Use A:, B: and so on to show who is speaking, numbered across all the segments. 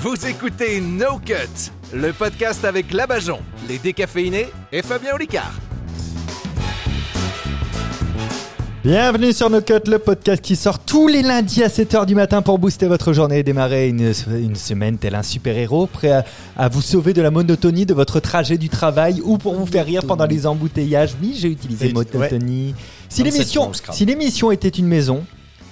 A: Vous écoutez No Cut, le podcast avec Labajon, les décaféinés et Fabien Olicard.
B: Bienvenue sur notre Cut, le podcast qui sort tous les lundis à 7h du matin pour booster votre journée et démarrer une, une semaine tel un super-héros, prêt à, à vous sauver de la monotonie de votre trajet du travail ou pour vous faire rire pendant les embouteillages. Oui, j'ai utilisé
C: Et-
B: monotonie. Si
C: Comme
B: l'émission
C: cette chose, grave.
B: si l'émission était une maison,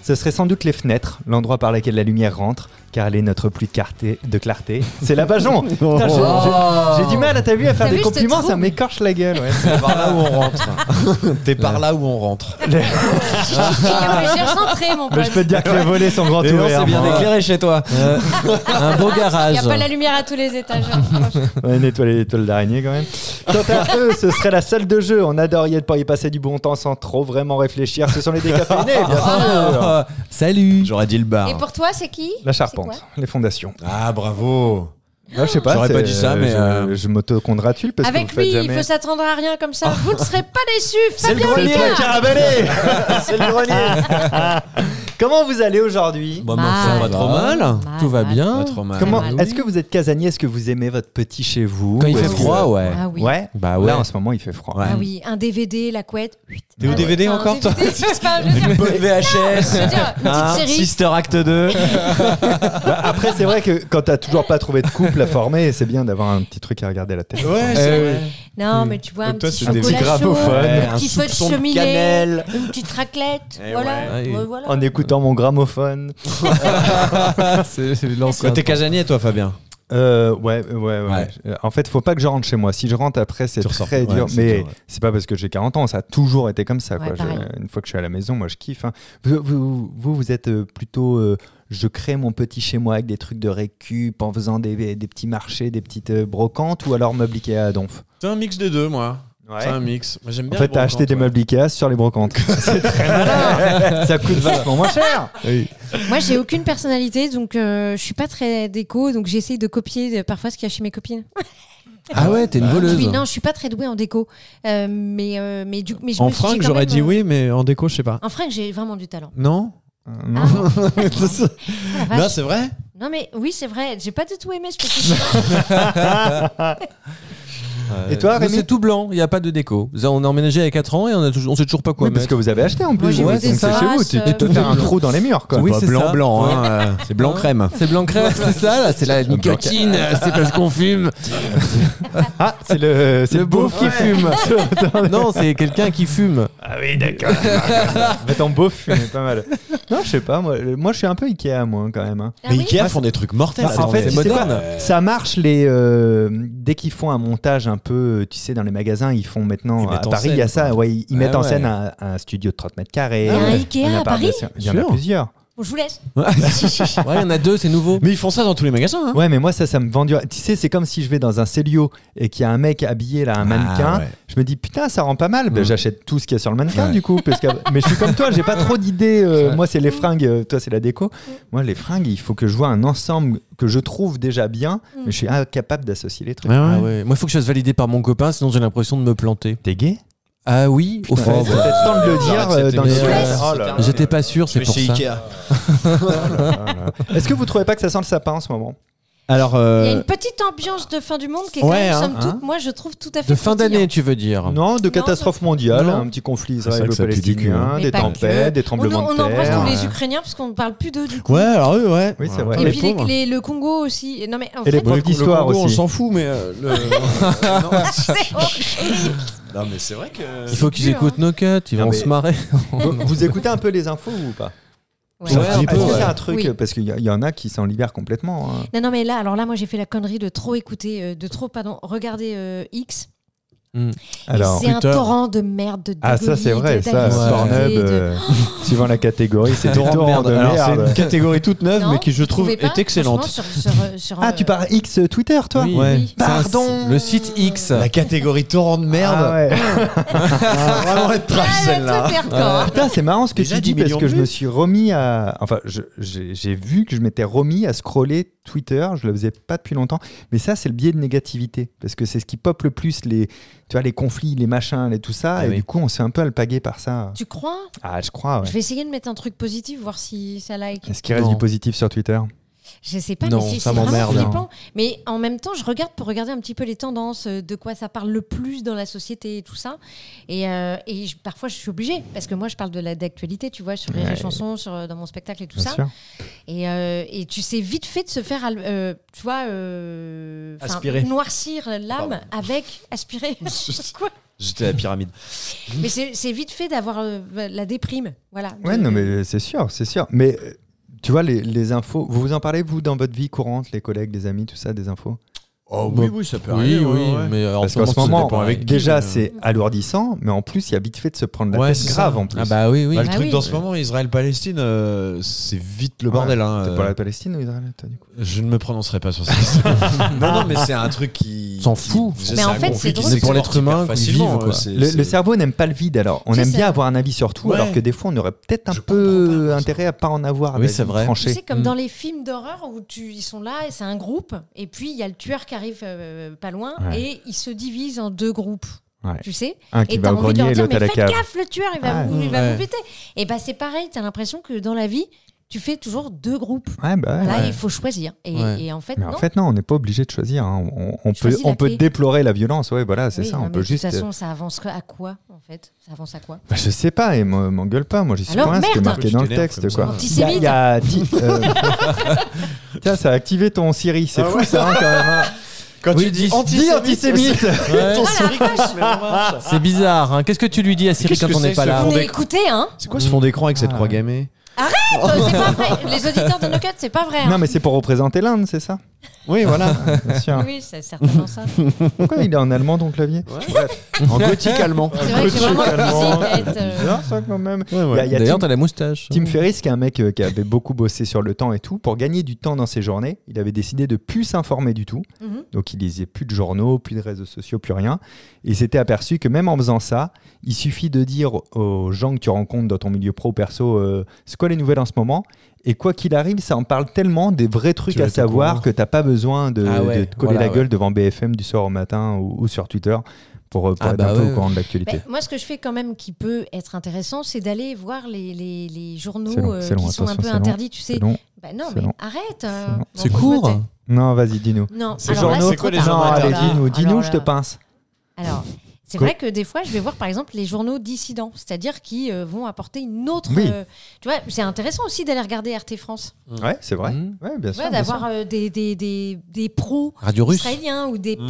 B: ce serait sans doute les fenêtres, l'endroit par lequel la lumière rentre, car elle est notre pluie de clarté. De clarté. C'est la Bajon
C: Oh. Ah,
B: Putain, je- je-
D: Oh.
B: J'ai du mal, à ta vue, à faire
D: T'as
B: des
D: vu, je te
B: compliments, ça
D: trouble.
B: m'écorche la gueule. ouais.
C: C'est par là où on rentre. T'es par là où on rentre.
D: Je cherche l'entrée, mon
B: Mais
D: pote.
B: je peux te dire que les volets sont grands ouverts. hein. moi.
C: éclairé chez toi.
E: Euh,
C: un beau
D: Il
C: garage.
D: n'y a pas la lumière à tous les étages. hein,
B: Ouais, nettoyer les toiles d'araignée quand même. Quant à eux, ce serait la salle de jeu. On adorerait pour y passer du bon temps sans trop vraiment réfléchir. Ce sont les décaféinés,
E: Oh,
B: bien sûr.
C: salut. J'aurais dit le bar.
D: Ah, Et pour toi, c'est qui
B: La
D: C'est
B: charpente, les fondations. Ah,
C: Ah bravo.
B: je sais
C: pas, J'aurais pas
B: c'est-
C: dit ça, mais,
B: Je,
C: euh,
B: je m'auto-congratule parce
D: Avec
B: que vous faites
D: lui, il
B: jamais.
D: faut s'attendre à rien comme ça. Vous ne serez pas déçus,
B: C'est le
D: Fabien
B: grenier
D: Olicard.
B: C'est le grenier Comment vous allez aujourd'hui
C: Bon, bah, mais enfin, pas
D: Mal.
C: trop mal.
E: Tout va bien.
C: Pas trop mal.
B: Comment
D: mal.
B: Est-ce que vous êtes casanier Est-ce que vous aimez votre petit chez vous
E: Quand il
B: Ou
E: fait
B: est-ce que-
E: froid, ouais.
D: Ah oui.
B: Ouais.
E: Bah ouais.
B: Là, en ce moment, il fait froid.
C: Ouais.
D: Ah oui, un DVD, la couette. Ah
C: T'es au DVD encore toi
D: DVD, c'est pas- je veux dire,
E: Bonne
D: je
E: VHS.
D: veux dire, une petite série.
E: Hein Act 2.
B: Bah, après, c'est vrai que quand t'as toujours pas trouvé de couple à former, c'est bien d'avoir un petit truc à regarder à la tête.
C: Ouais,
D: Non, mais tu vois, un
C: Donc toi,
D: petit
C: c'est des-
D: chocolat
B: Un petit
D: chaud,
B: gramophone.
D: un
C: Un
D: petit feu de
C: soupçon de
D: cheminée,
B: Cannelle.
D: une petite raclette.
C: Eh
D: Voilà.
E: ouais.
D: Ouais, voilà.
B: En écoutant mon gramophone.
E: C'est l'ancien.
C: Quand t'es casanier toi Fabien.
B: Euh, ouais, ouais, ouais,
C: Ouais.
B: Euh, En fait, faut pas que je rentre chez moi. Si je rentre après, c'est
C: Tu ressors.
B: très
C: Ouais,
B: dur.
C: c'est
B: mais
C: dur, ouais.
B: c'est pas parce que j'ai 40 ans, ça a toujours été comme ça.
D: Ouais,
B: quoi. Je-
D: pareil.
B: une fois que je suis à la maison, moi, je kiffe. hein. Vous, vous, vous, vous êtes euh, plutôt. euh, je crée mon petit chez moi avec des trucs de récup, en faisant des, des petits marchés, des petites euh, brocantes, ou alors meubles Ikea à Donf.
C: C'est un mix des deux moi. C'est un mix. Moi j'aime
B: En
C: bien.
B: fait, t'as acheté des meubles Ikea sur les brocantes. c'est très malin. ça coûte vachement moins cher.
D: Moi, j'ai aucune personnalité, donc euh, je suis pas très déco, donc j'essaye de copier euh, parfois ce qu'il y a chez mes copines.
E: Ah ouais, t'es une
D: Je
E: voleuse.
D: suis- Bah, non, je suis pas très douée en déco, Euh, mais euh, mais du mais je
C: En
D: me suis
C: fringue
D: quand
C: j'aurais
D: même,
C: dit
D: euh,
C: oui, mais en déco je sais pas.
D: En fringue, j'ai vraiment du talent.
C: Non.
B: Euh, non.
D: Ah, la vache.
C: Non c'est vrai.
D: non mais oui, c'est vrai. J'ai pas du tout aimé ce petit.
B: Et toi,
E: Nous,
B: Rémi
E: C'est tout blanc, il n'y a pas de déco. Ça, On a emménagé à 4 ans et on a toujours, on sait toujours pas quoi
B: Oui, parce
E: mettre.
B: que vous avez acheté en plus.
D: Moi, j'ai
B: Ouais,
D: vu des
B: donc c'est chez vous.
D: traces,
B: Tu
D: euh,
B: tu fais un trou dans les murs. Quoi.
E: Oui,
C: Pas
E: c'est
C: blanc
E: ça.
C: blanc.
E: Ouais.
C: hein, euh, C'est blanc crème.
E: C'est blanc crème, c'est ça, là, c'est la nicotine, c'est parce qu'on fume.
B: Ah, c'est le, c'est
E: Le beauf qui fume.
C: Ah
E: Non, c'est quelqu'un qui fume.
B: Ah oui, d'accord. Mais ton beauf, mais pas mal. Non, je sais pas, moi, le- moi je suis un peu Ikea, moi, quand même. hein.
D: Ah
C: Mais
D: oui
C: Ikea font des trucs mortels.
B: Bah, en
C: attendez.
B: fait,
E: c'est
B: tu sais
E: moderne.
B: quoi, ça marche les euh, dès qu'ils font un montage un peu, tu sais, dans les magasins, ils font maintenant
C: Ils
B: à
C: mettent en
B: Paris,
C: scène,
B: il y a ça, ouais, ils, ils
C: Ouais,
B: mettent en
C: ouais.
B: scène un, un studio de 30 mètres carrés.
D: Il y a un
B: euh,
D: Ah, Ikea à
B: appart de-
D: Paris
B: Il y en a
C: Sûr.
B: plusieurs.
D: Bon, je vous laisse.
E: Ouais, il y en a deux, c'est nouveau.
C: Mais ils font ça dans tous les magasins. hein.
B: Ouais, mais moi ça, ça me vend du. Tu sais, c'est comme si je vais dans un Célio et qu'il y a un mec habillé là, un mannequin.
C: Ah, ouais.
B: Je me dis putain, ça rend pas mal. Ben,
C: Mm.
B: J'achète tout ce qu'il y a sur le mannequin
C: Ouais.
B: du coup. Parce que... mais je suis comme toi, j'ai pas trop d'idées. euh, moi, c'est les fringues. euh, toi, c'est la déco. Moi, les fringues, il faut que je vois un ensemble que je trouve déjà bien,
D: Mm.
B: mais je suis incapable d'associer les trucs.
E: Ah ouais. Moi, il faut que je fasse valider par mon copain, sinon j'ai l'impression de me planter.
B: T'es gay
E: Ah oui, au
B: Putain,
E: fait.
B: c'est peut-être temps de le dire euh, dans le
E: mais,
B: podcast.
C: euh,
B: Oh là là.
E: J'étais pas sûr, c'est pour ça.
B: Est-ce que vous trouvez pas que ça sent le sapin en ce moment
C: Alors,
D: Il y a
C: euh,
D: une petite ambiance de fin du monde qui est
C: ouais,
D: quand même,
C: hein,
D: somme toute,
B: hein.
D: moi je trouve tout à fait.
E: De fin
D: croustillant.
E: d'année, tu veux dire
B: Non, de catastrophe mondiale,
E: Non.
B: un petit conflit
C: C'est vrai que Ah. ça pue du cul,
B: israélo-palestinien,
C: hein.
D: Mais
B: des
D: pas que.
B: tempêtes, des tremblements
D: on,
B: de
D: on embrasse
B: terre.
D: tous les Ukrainiens parce qu'on ne parle plus d'eux du coup.
C: ouais, alors eux, ouais.
B: Oui, c'est
E: Ah,
B: vrai.
D: Et
B: les
D: puis les-
C: pauvres.
D: les- le Congo aussi. Non mais en
B: Et les
D: fait,
C: Bon,
B: Prof
C: le- le
B: d'histoire aussi.
C: Congo, On s'en fout, mais. euh, le- non.
D: c'est Oh. horrible.
C: Non, Ah, mais c'est vrai que.
E: Il faut qu'ils
D: dur, hein.
E: écoutent nos cuts, ils
B: Non,
E: vont
B: mais-
E: se marrer.
B: Vous- Vous écoutez un peu les infos ou pas
D: Ouais.
E: Ouais, un
B: Est-ce
E: petit peu,
B: que
E: ouais.
B: c'est un truc
D: Oui.
B: Parce qu'il y, a- il y en a qui s'en libèrent complètement. hein.
D: Non, non, mais là, alors là, moi, j'ai fait la connerie de trop écouter, euh, de trop, pardon, regarder euh, X.
B: Alors,
D: Et c'est un
E: Twitter.
D: torrent de merde, de
B: ah ça c'est vrai,
D: dégolis, de
B: ça,
D: d'animosité,
B: Pornhub,
D: de-
B: euh, suivant la catégorie, c'est des
C: Torrent de
B: torrents
C: merde.
B: de
C: Alors, c'est
B: merde.
C: une catégorie toute neuve,
D: Non,
C: mais qui, je
D: vous
C: trouve,
D: trouvez pas
C: est excellente.
D: Franchement, sur- sur- sur,
B: euh, Ah,
D: euh,
B: tu parles X Twitter, toi
E: Oui.
C: Ouais.
D: Oui.
E: C'est un-
B: Pardon.
E: Le site X.
C: La catégorie torrent de merde.
B: Ah ouais.
C: Ça va vraiment être trash,
D: Ah, le
C: celle-là.
D: top hardcore.
B: Putain, c'est marrant ce que
C: Déjà
B: tu dis
C: 10
B: parce
C: millions
B: que
C: de
B: je me
C: vues.
B: suis remis à. Enfin, je- j'ai j'ai vu que je m'étais remis à scroller Twitter. Je le faisais pas depuis longtemps. Mais ça, c'est le biais de négativité parce que c'est ce qui pop le plus les, tu vois, les conflits, les machins, les tout ça.
E: Ah
B: et
E: oui.
B: du coup, on s'est un peu alpagué par ça.
D: Tu crois
B: Ah, je crois. ouais.
D: Je vais essayer de mettre un truc positif, voir si ça like.
B: Est-ce qu'il reste
E: Non.
B: du positif sur Twitter
D: Je sais pas,
C: Non,
D: mais c'est
C: ça
D: c'est vraiment
C: m'emmerde, hein.
D: flippant. Mais en même temps, je regarde pour regarder un petit peu les tendances, euh, de quoi ça parle le plus dans la société et tout ça. Et, euh, et je- parfois, je suis obligée, parce que moi, je parle de la d'actualité, tu vois, sur les
B: Ouais.
D: chansons, sur, euh, dans mon spectacle et tout
B: Bien
D: ça.
B: sûr.
D: Et, euh, et tu sais vite fait de se faire, al- euh, tu vois, euh, 'fin,
C: Aspirer.
D: noircir l'âme avec aspirer. Quoi
C: J'étais à la pyramide.
D: mais c'est c'est vite fait d'avoir euh, la déprime, voilà.
B: Ouais,
D: De-
B: non, mais c'est sûr, c'est sûr. Mais euh, tu vois, les, les infos, vous vous en parlez, vous, dans votre vie courante, les collègues, les amis, tout ça, des infos
C: Oh
E: oui,
C: oui, ça peut
E: Oui, oui, mais alors,
B: Parce
E: en
B: qu'en ce
E: ça
B: moment,
E: dépend
C: euh,
E: avec qui,
B: déjà,
E: mais- euh,
B: c'est
D: Mm.
B: alourdissant, mais en plus, il y a vite fait de se prendre la
E: Ouais,
B: tête
E: c'est
B: grave
E: ça.
B: en plus.
E: Ah bah oui, oui.
C: Bah, le
D: Ah
C: truc
D: oui.
C: dans ce moment, Israël-Palestine, euh, c'est vite le
B: Ouais,
C: bordel. hein.
B: T'es pour
E: euh,
B: la Palestine ou Israël, toi, du coup
C: Je ne me prononcerai pas sur ça. non, non, mais c'est un truc qui.
E: S'en
C: qui-
E: fout.
C: c'est
D: Mais en
C: un
D: fait,
C: conflit
D: c'est
C: qui
D: drôle.
E: C'est pour l'être
C: s'exporte
E: humain
C: hyper
E: qu'on vive,
C: facilement,
E: quoi.
C: euh, c'est-
B: le,
C: c'est-
B: le cerveau n'aime pas le vide, alors on
D: C'est
B: aime
D: ça.
B: bien avoir un avis sur tout,
C: Ouais.
B: alors que des fois, on aurait peut-être un
C: Je comprends
B: peu euh,
C: pas, moi,
B: intérêt à pas en avoir.
E: Oui,
B: d'avis
E: c'est vrai.
D: Tu
B: tranché.
D: sais, comme
E: Mm.
D: dans les films d'horreur où tu, ils sont là et c'est un groupe, et puis il y a le tueur qui arrive euh, pas loin
B: Ouais.
D: et ils se divisent en deux groupes.
B: Ouais.
D: Tu sais
B: Un qui
D: Et
B: va
D: t'as
B: au
D: envie de
B: grenier
D: leur
B: et
D: dire,
B: l'autre
D: mais
B: à la
D: faites
B: cave.
D: gaffe, le tueur, il va,
B: Ah,
D: vous, il va
E: ouais.
D: vous péter. Et bah c'est pareil, t'as l'impression que dans la vie, tu fais toujours deux groupes.
B: Ouais, bah, ouais.
D: Là, il faut choisir. Et,
E: Ouais.
D: et en fait,
B: Mais
D: non.
B: en fait, non, on n'est pas obligé de choisir. hein. On- On, on peut,
D: Choisis la
B: on peut
D: paix.
B: déplorer la violence, ouais, voilà, c'est
D: Oui,
B: ça.
D: non,
B: On
D: mais
B: peut juste.
D: De toute façon, ça avance à quoi, en fait Ça avance à quoi
B: Bah, je sais pas, et m'en- m'engueule pas, moi j'y suis
D: Alors,
B: pour rien, c'était
D: merde
B: marqué dans le
C: Tu t'énerves
B: texte
C: comme
B: quoi.
C: ça.
B: Il y a- il y a dix- euh, Tiens, ça a activé ton Siri, c'est fou ça hein, quand même. hein.
C: Quand
B: Oui,
C: Ah tu dis
B: dis antisémite
E: Ouais.
D: Oh
C: Ton Siri commence, mais en marche.
E: C'est bizarre. hein. Qu'est-ce que tu lui dis à Siri
C: qu'est-ce
E: quand
C: que
E: on
C: c'est
E: n'est
C: que
E: pas
C: ce
E: là Ah.
C: fond
D: On
C: des-
D: est écouté, hein
C: C'est quoi ce fond d'écran avec cette croix gammée
D: Toi, C'est pas vrai. Les auditeurs de No Cut, c'est pas vrai. hein.
B: Oh. Non, mais c'est pour représenter l'Inde, c'est ça
C: Oui, voilà.
B: Bien sûr.
D: Oui, c'est certainement ça.
B: Pourquoi il est en allemand ton clavier
C: en gothique allemand.
D: C'est vrai que j'ai vraiment le physique à être, euh,
B: Bizarre ça quand même.
C: Ouais, ouais.
B: Il y a- il y a
E: D'ailleurs,
B: Tim-
E: t'as la moustache.
B: Tim Ferriss, qui est un mec euh, qui avait beaucoup bossé sur le temps et tout, pour gagner du temps dans ses journées, il avait décidé de plus s'informer du tout.
D: Mhm.
B: Donc il lisait plus de journaux, plus de réseaux sociaux, plus rien. Et il s'était aperçu que même en faisant ça, il suffit de dire aux gens que tu rencontres dans ton milieu pro perso, euh, c'est quoi les nouvelles en ce moment Et quoi qu'il arrive, ça en parle tellement des vrais trucs
E: Tu vas
B: à
E: te
B: savoir
E: convaincre.
B: que t'as pas besoin de,
E: Ah ouais,
B: de te coller
E: voilà,
B: la gueule devant BFM du soir au matin ou, ou sur Twitter pour, euh, pour
E: Ah
B: être
E: bah
B: un peu
E: ouais.
B: au courant de
D: Ben,
B: l'actualité.
D: moi, ce que je fais quand même qui peut être intéressant, c'est d'aller voir les, les, les journaux
B: C'est long,
D: euh,
B: c'est long,
D: qui sont un
B: attention,
D: peu
B: c'est long,
D: interdits, tu
B: C'est
D: sais.
B: long.
D: Ben non,
B: c'est
D: mais
B: long.
D: arrête. euh,
B: long.
D: bon,
E: C'est
D: je me
E: court. hein.
D: tais.
B: Non, vas-y, dis-nous.
D: Non,
C: Ces
D: alors là,
C: journaux,
D: c'est
C: c'est quoi
D: trop
C: les
D: tard.
B: Non, euh, allez,
C: journaux
D: Alors
B: dis-nous,
D: là-
B: dis-nous,
D: alors
B: je te
D: là-
B: pince.
D: Alors, c'est
B: Quoi
D: vrai que des fois, je vais voir par exemple les journaux dissidents, c'est-à-dire qui euh, vont apporter une autre.
B: Oui.
D: euh, tu vois, c'est intéressant aussi d'aller regarder RT France,
B: Ouais, c'est vrai.
E: Hmm.
B: Mmh. Ouais, bien
D: Tu
B: sûr.
D: vois,
B: bien
D: d'avoir euh, des, des, des, des pros
E: Radio russe.
D: israéliens ou
B: Mmh.
D: des pros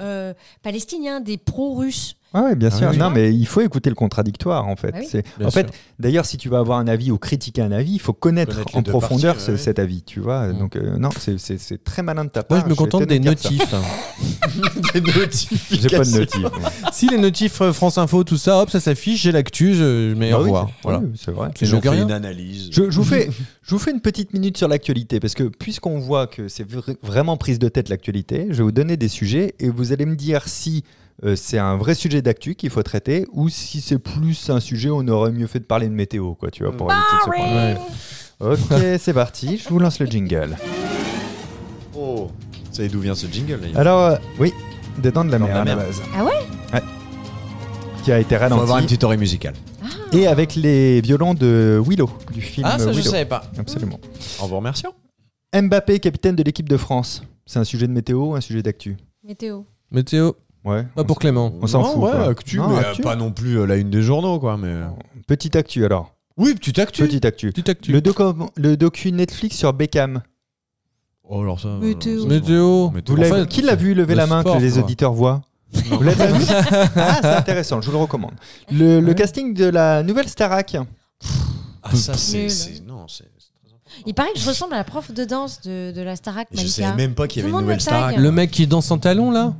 D: euh, palestiniens, des pros russes.
B: Ah ouais, bien
E: Ah
B: sûr.
E: oui.
B: Non, mais il faut écouter le contradictoire en fait.
D: Bah oui.
B: C'est-
E: Bien
B: en fait,
E: sûr.
B: d'ailleurs, si tu vas avoir un avis ou critiquer un avis, il faut connaître,
C: Connaître les
B: en
C: deux
B: profondeur
C: parties,
B: ce-
C: ouais.
B: cet avis, tu vois.
E: Mm.
B: Donc euh, non, c'est- c'est c'est très malin de ta part.
E: Moi, je
C: Ah,
E: me
B: vais
E: contente des
B: t'aider à dire
E: notifs.
C: Des
B: ça. J'ai pas de
C: notifications.
B: notif.
E: si les notifs euh, France Info, tout ça, hop, ça s'affiche, j'ai l'actu, je je mets
C: Bah
E: au revoir. Voilà.
B: Bah c'est vrai.
E: Les
C: Ils ont
E: gens qui
C: fait
E: rien.
C: une analyse.
B: Je, je vous fais, je vous fais une petite minute sur l'actualité parce que puisqu'on voit que c'est vra- vraiment prise de tête l'actualité, je vais vous donner des sujets et vous allez me dire si euh, c'est un vrai sujet d'actu qu'il faut traiter ou si c'est plus un sujet on aurait mieux fait de parler de météo quoi, tu vois, pour éviter de se prendre- Ok, c'est parti, je vous lance le jingle.
C: Oh, vous savez d'où vient ce jingle d'ailleurs
B: Alors, euh, oui, dedans de la
C: Dans
B: mer,
C: la
B: à la
C: mer.
B: base.
D: Ah ouais
B: Ouais. Qui a été
C: On va avoir une
B: ralenti.
C: petite oreille musicale.
B: Et avec les violons de Willow, du film
E: Ah,
B: euh, Willow.
E: pas.
B: Absolument.
C: En vous remerciant.
B: Mbappé, capitaine de l'équipe de France. C'est un sujet de météo, un sujet d'actu.
D: Météo.
E: Météo,
B: Ouais.
E: pas Bah, pour Clément.
B: On s'en
C: Non,
B: fout,
C: Ouais,
B: quoi.
C: actu,
B: Non,
C: mais
B: actu.
C: euh, pas non plus euh, la une des journaux, quoi. Mais... euh.
B: Petite actu alors.
C: Oui, petite actu.
B: Petite actu.
E: Petite actu.
B: Le, docu- le docu Netflix sur Beckham.
C: Oh, alors ça.
D: Météo.
C: alors, ça, c'est
E: Météo.
C: bon. Météo.
B: Vous
E: En
B: l'avez-
E: fait,
B: qui l'a vu lever
E: le
B: la main
E: sport,
B: que les
E: quoi.
B: auditeurs voient Vous l'avez vu Ah, c'est intéressant, je vous le recommande. Le, le casting de la nouvelle Starac.
C: Ah, ça,
D: Nul.
C: c'est. c'est- Non, c'est. c'est très important.
D: Il paraît que je ressemble à la prof de danse de, de la Starac,
C: Et Je
D: Malika.
C: savais même pas qu'il y
D: Tout
C: avait une
D: le monde
C: nouvelle
D: me
C: Starac.
D: tague.
E: Le mec qui danse en talon, là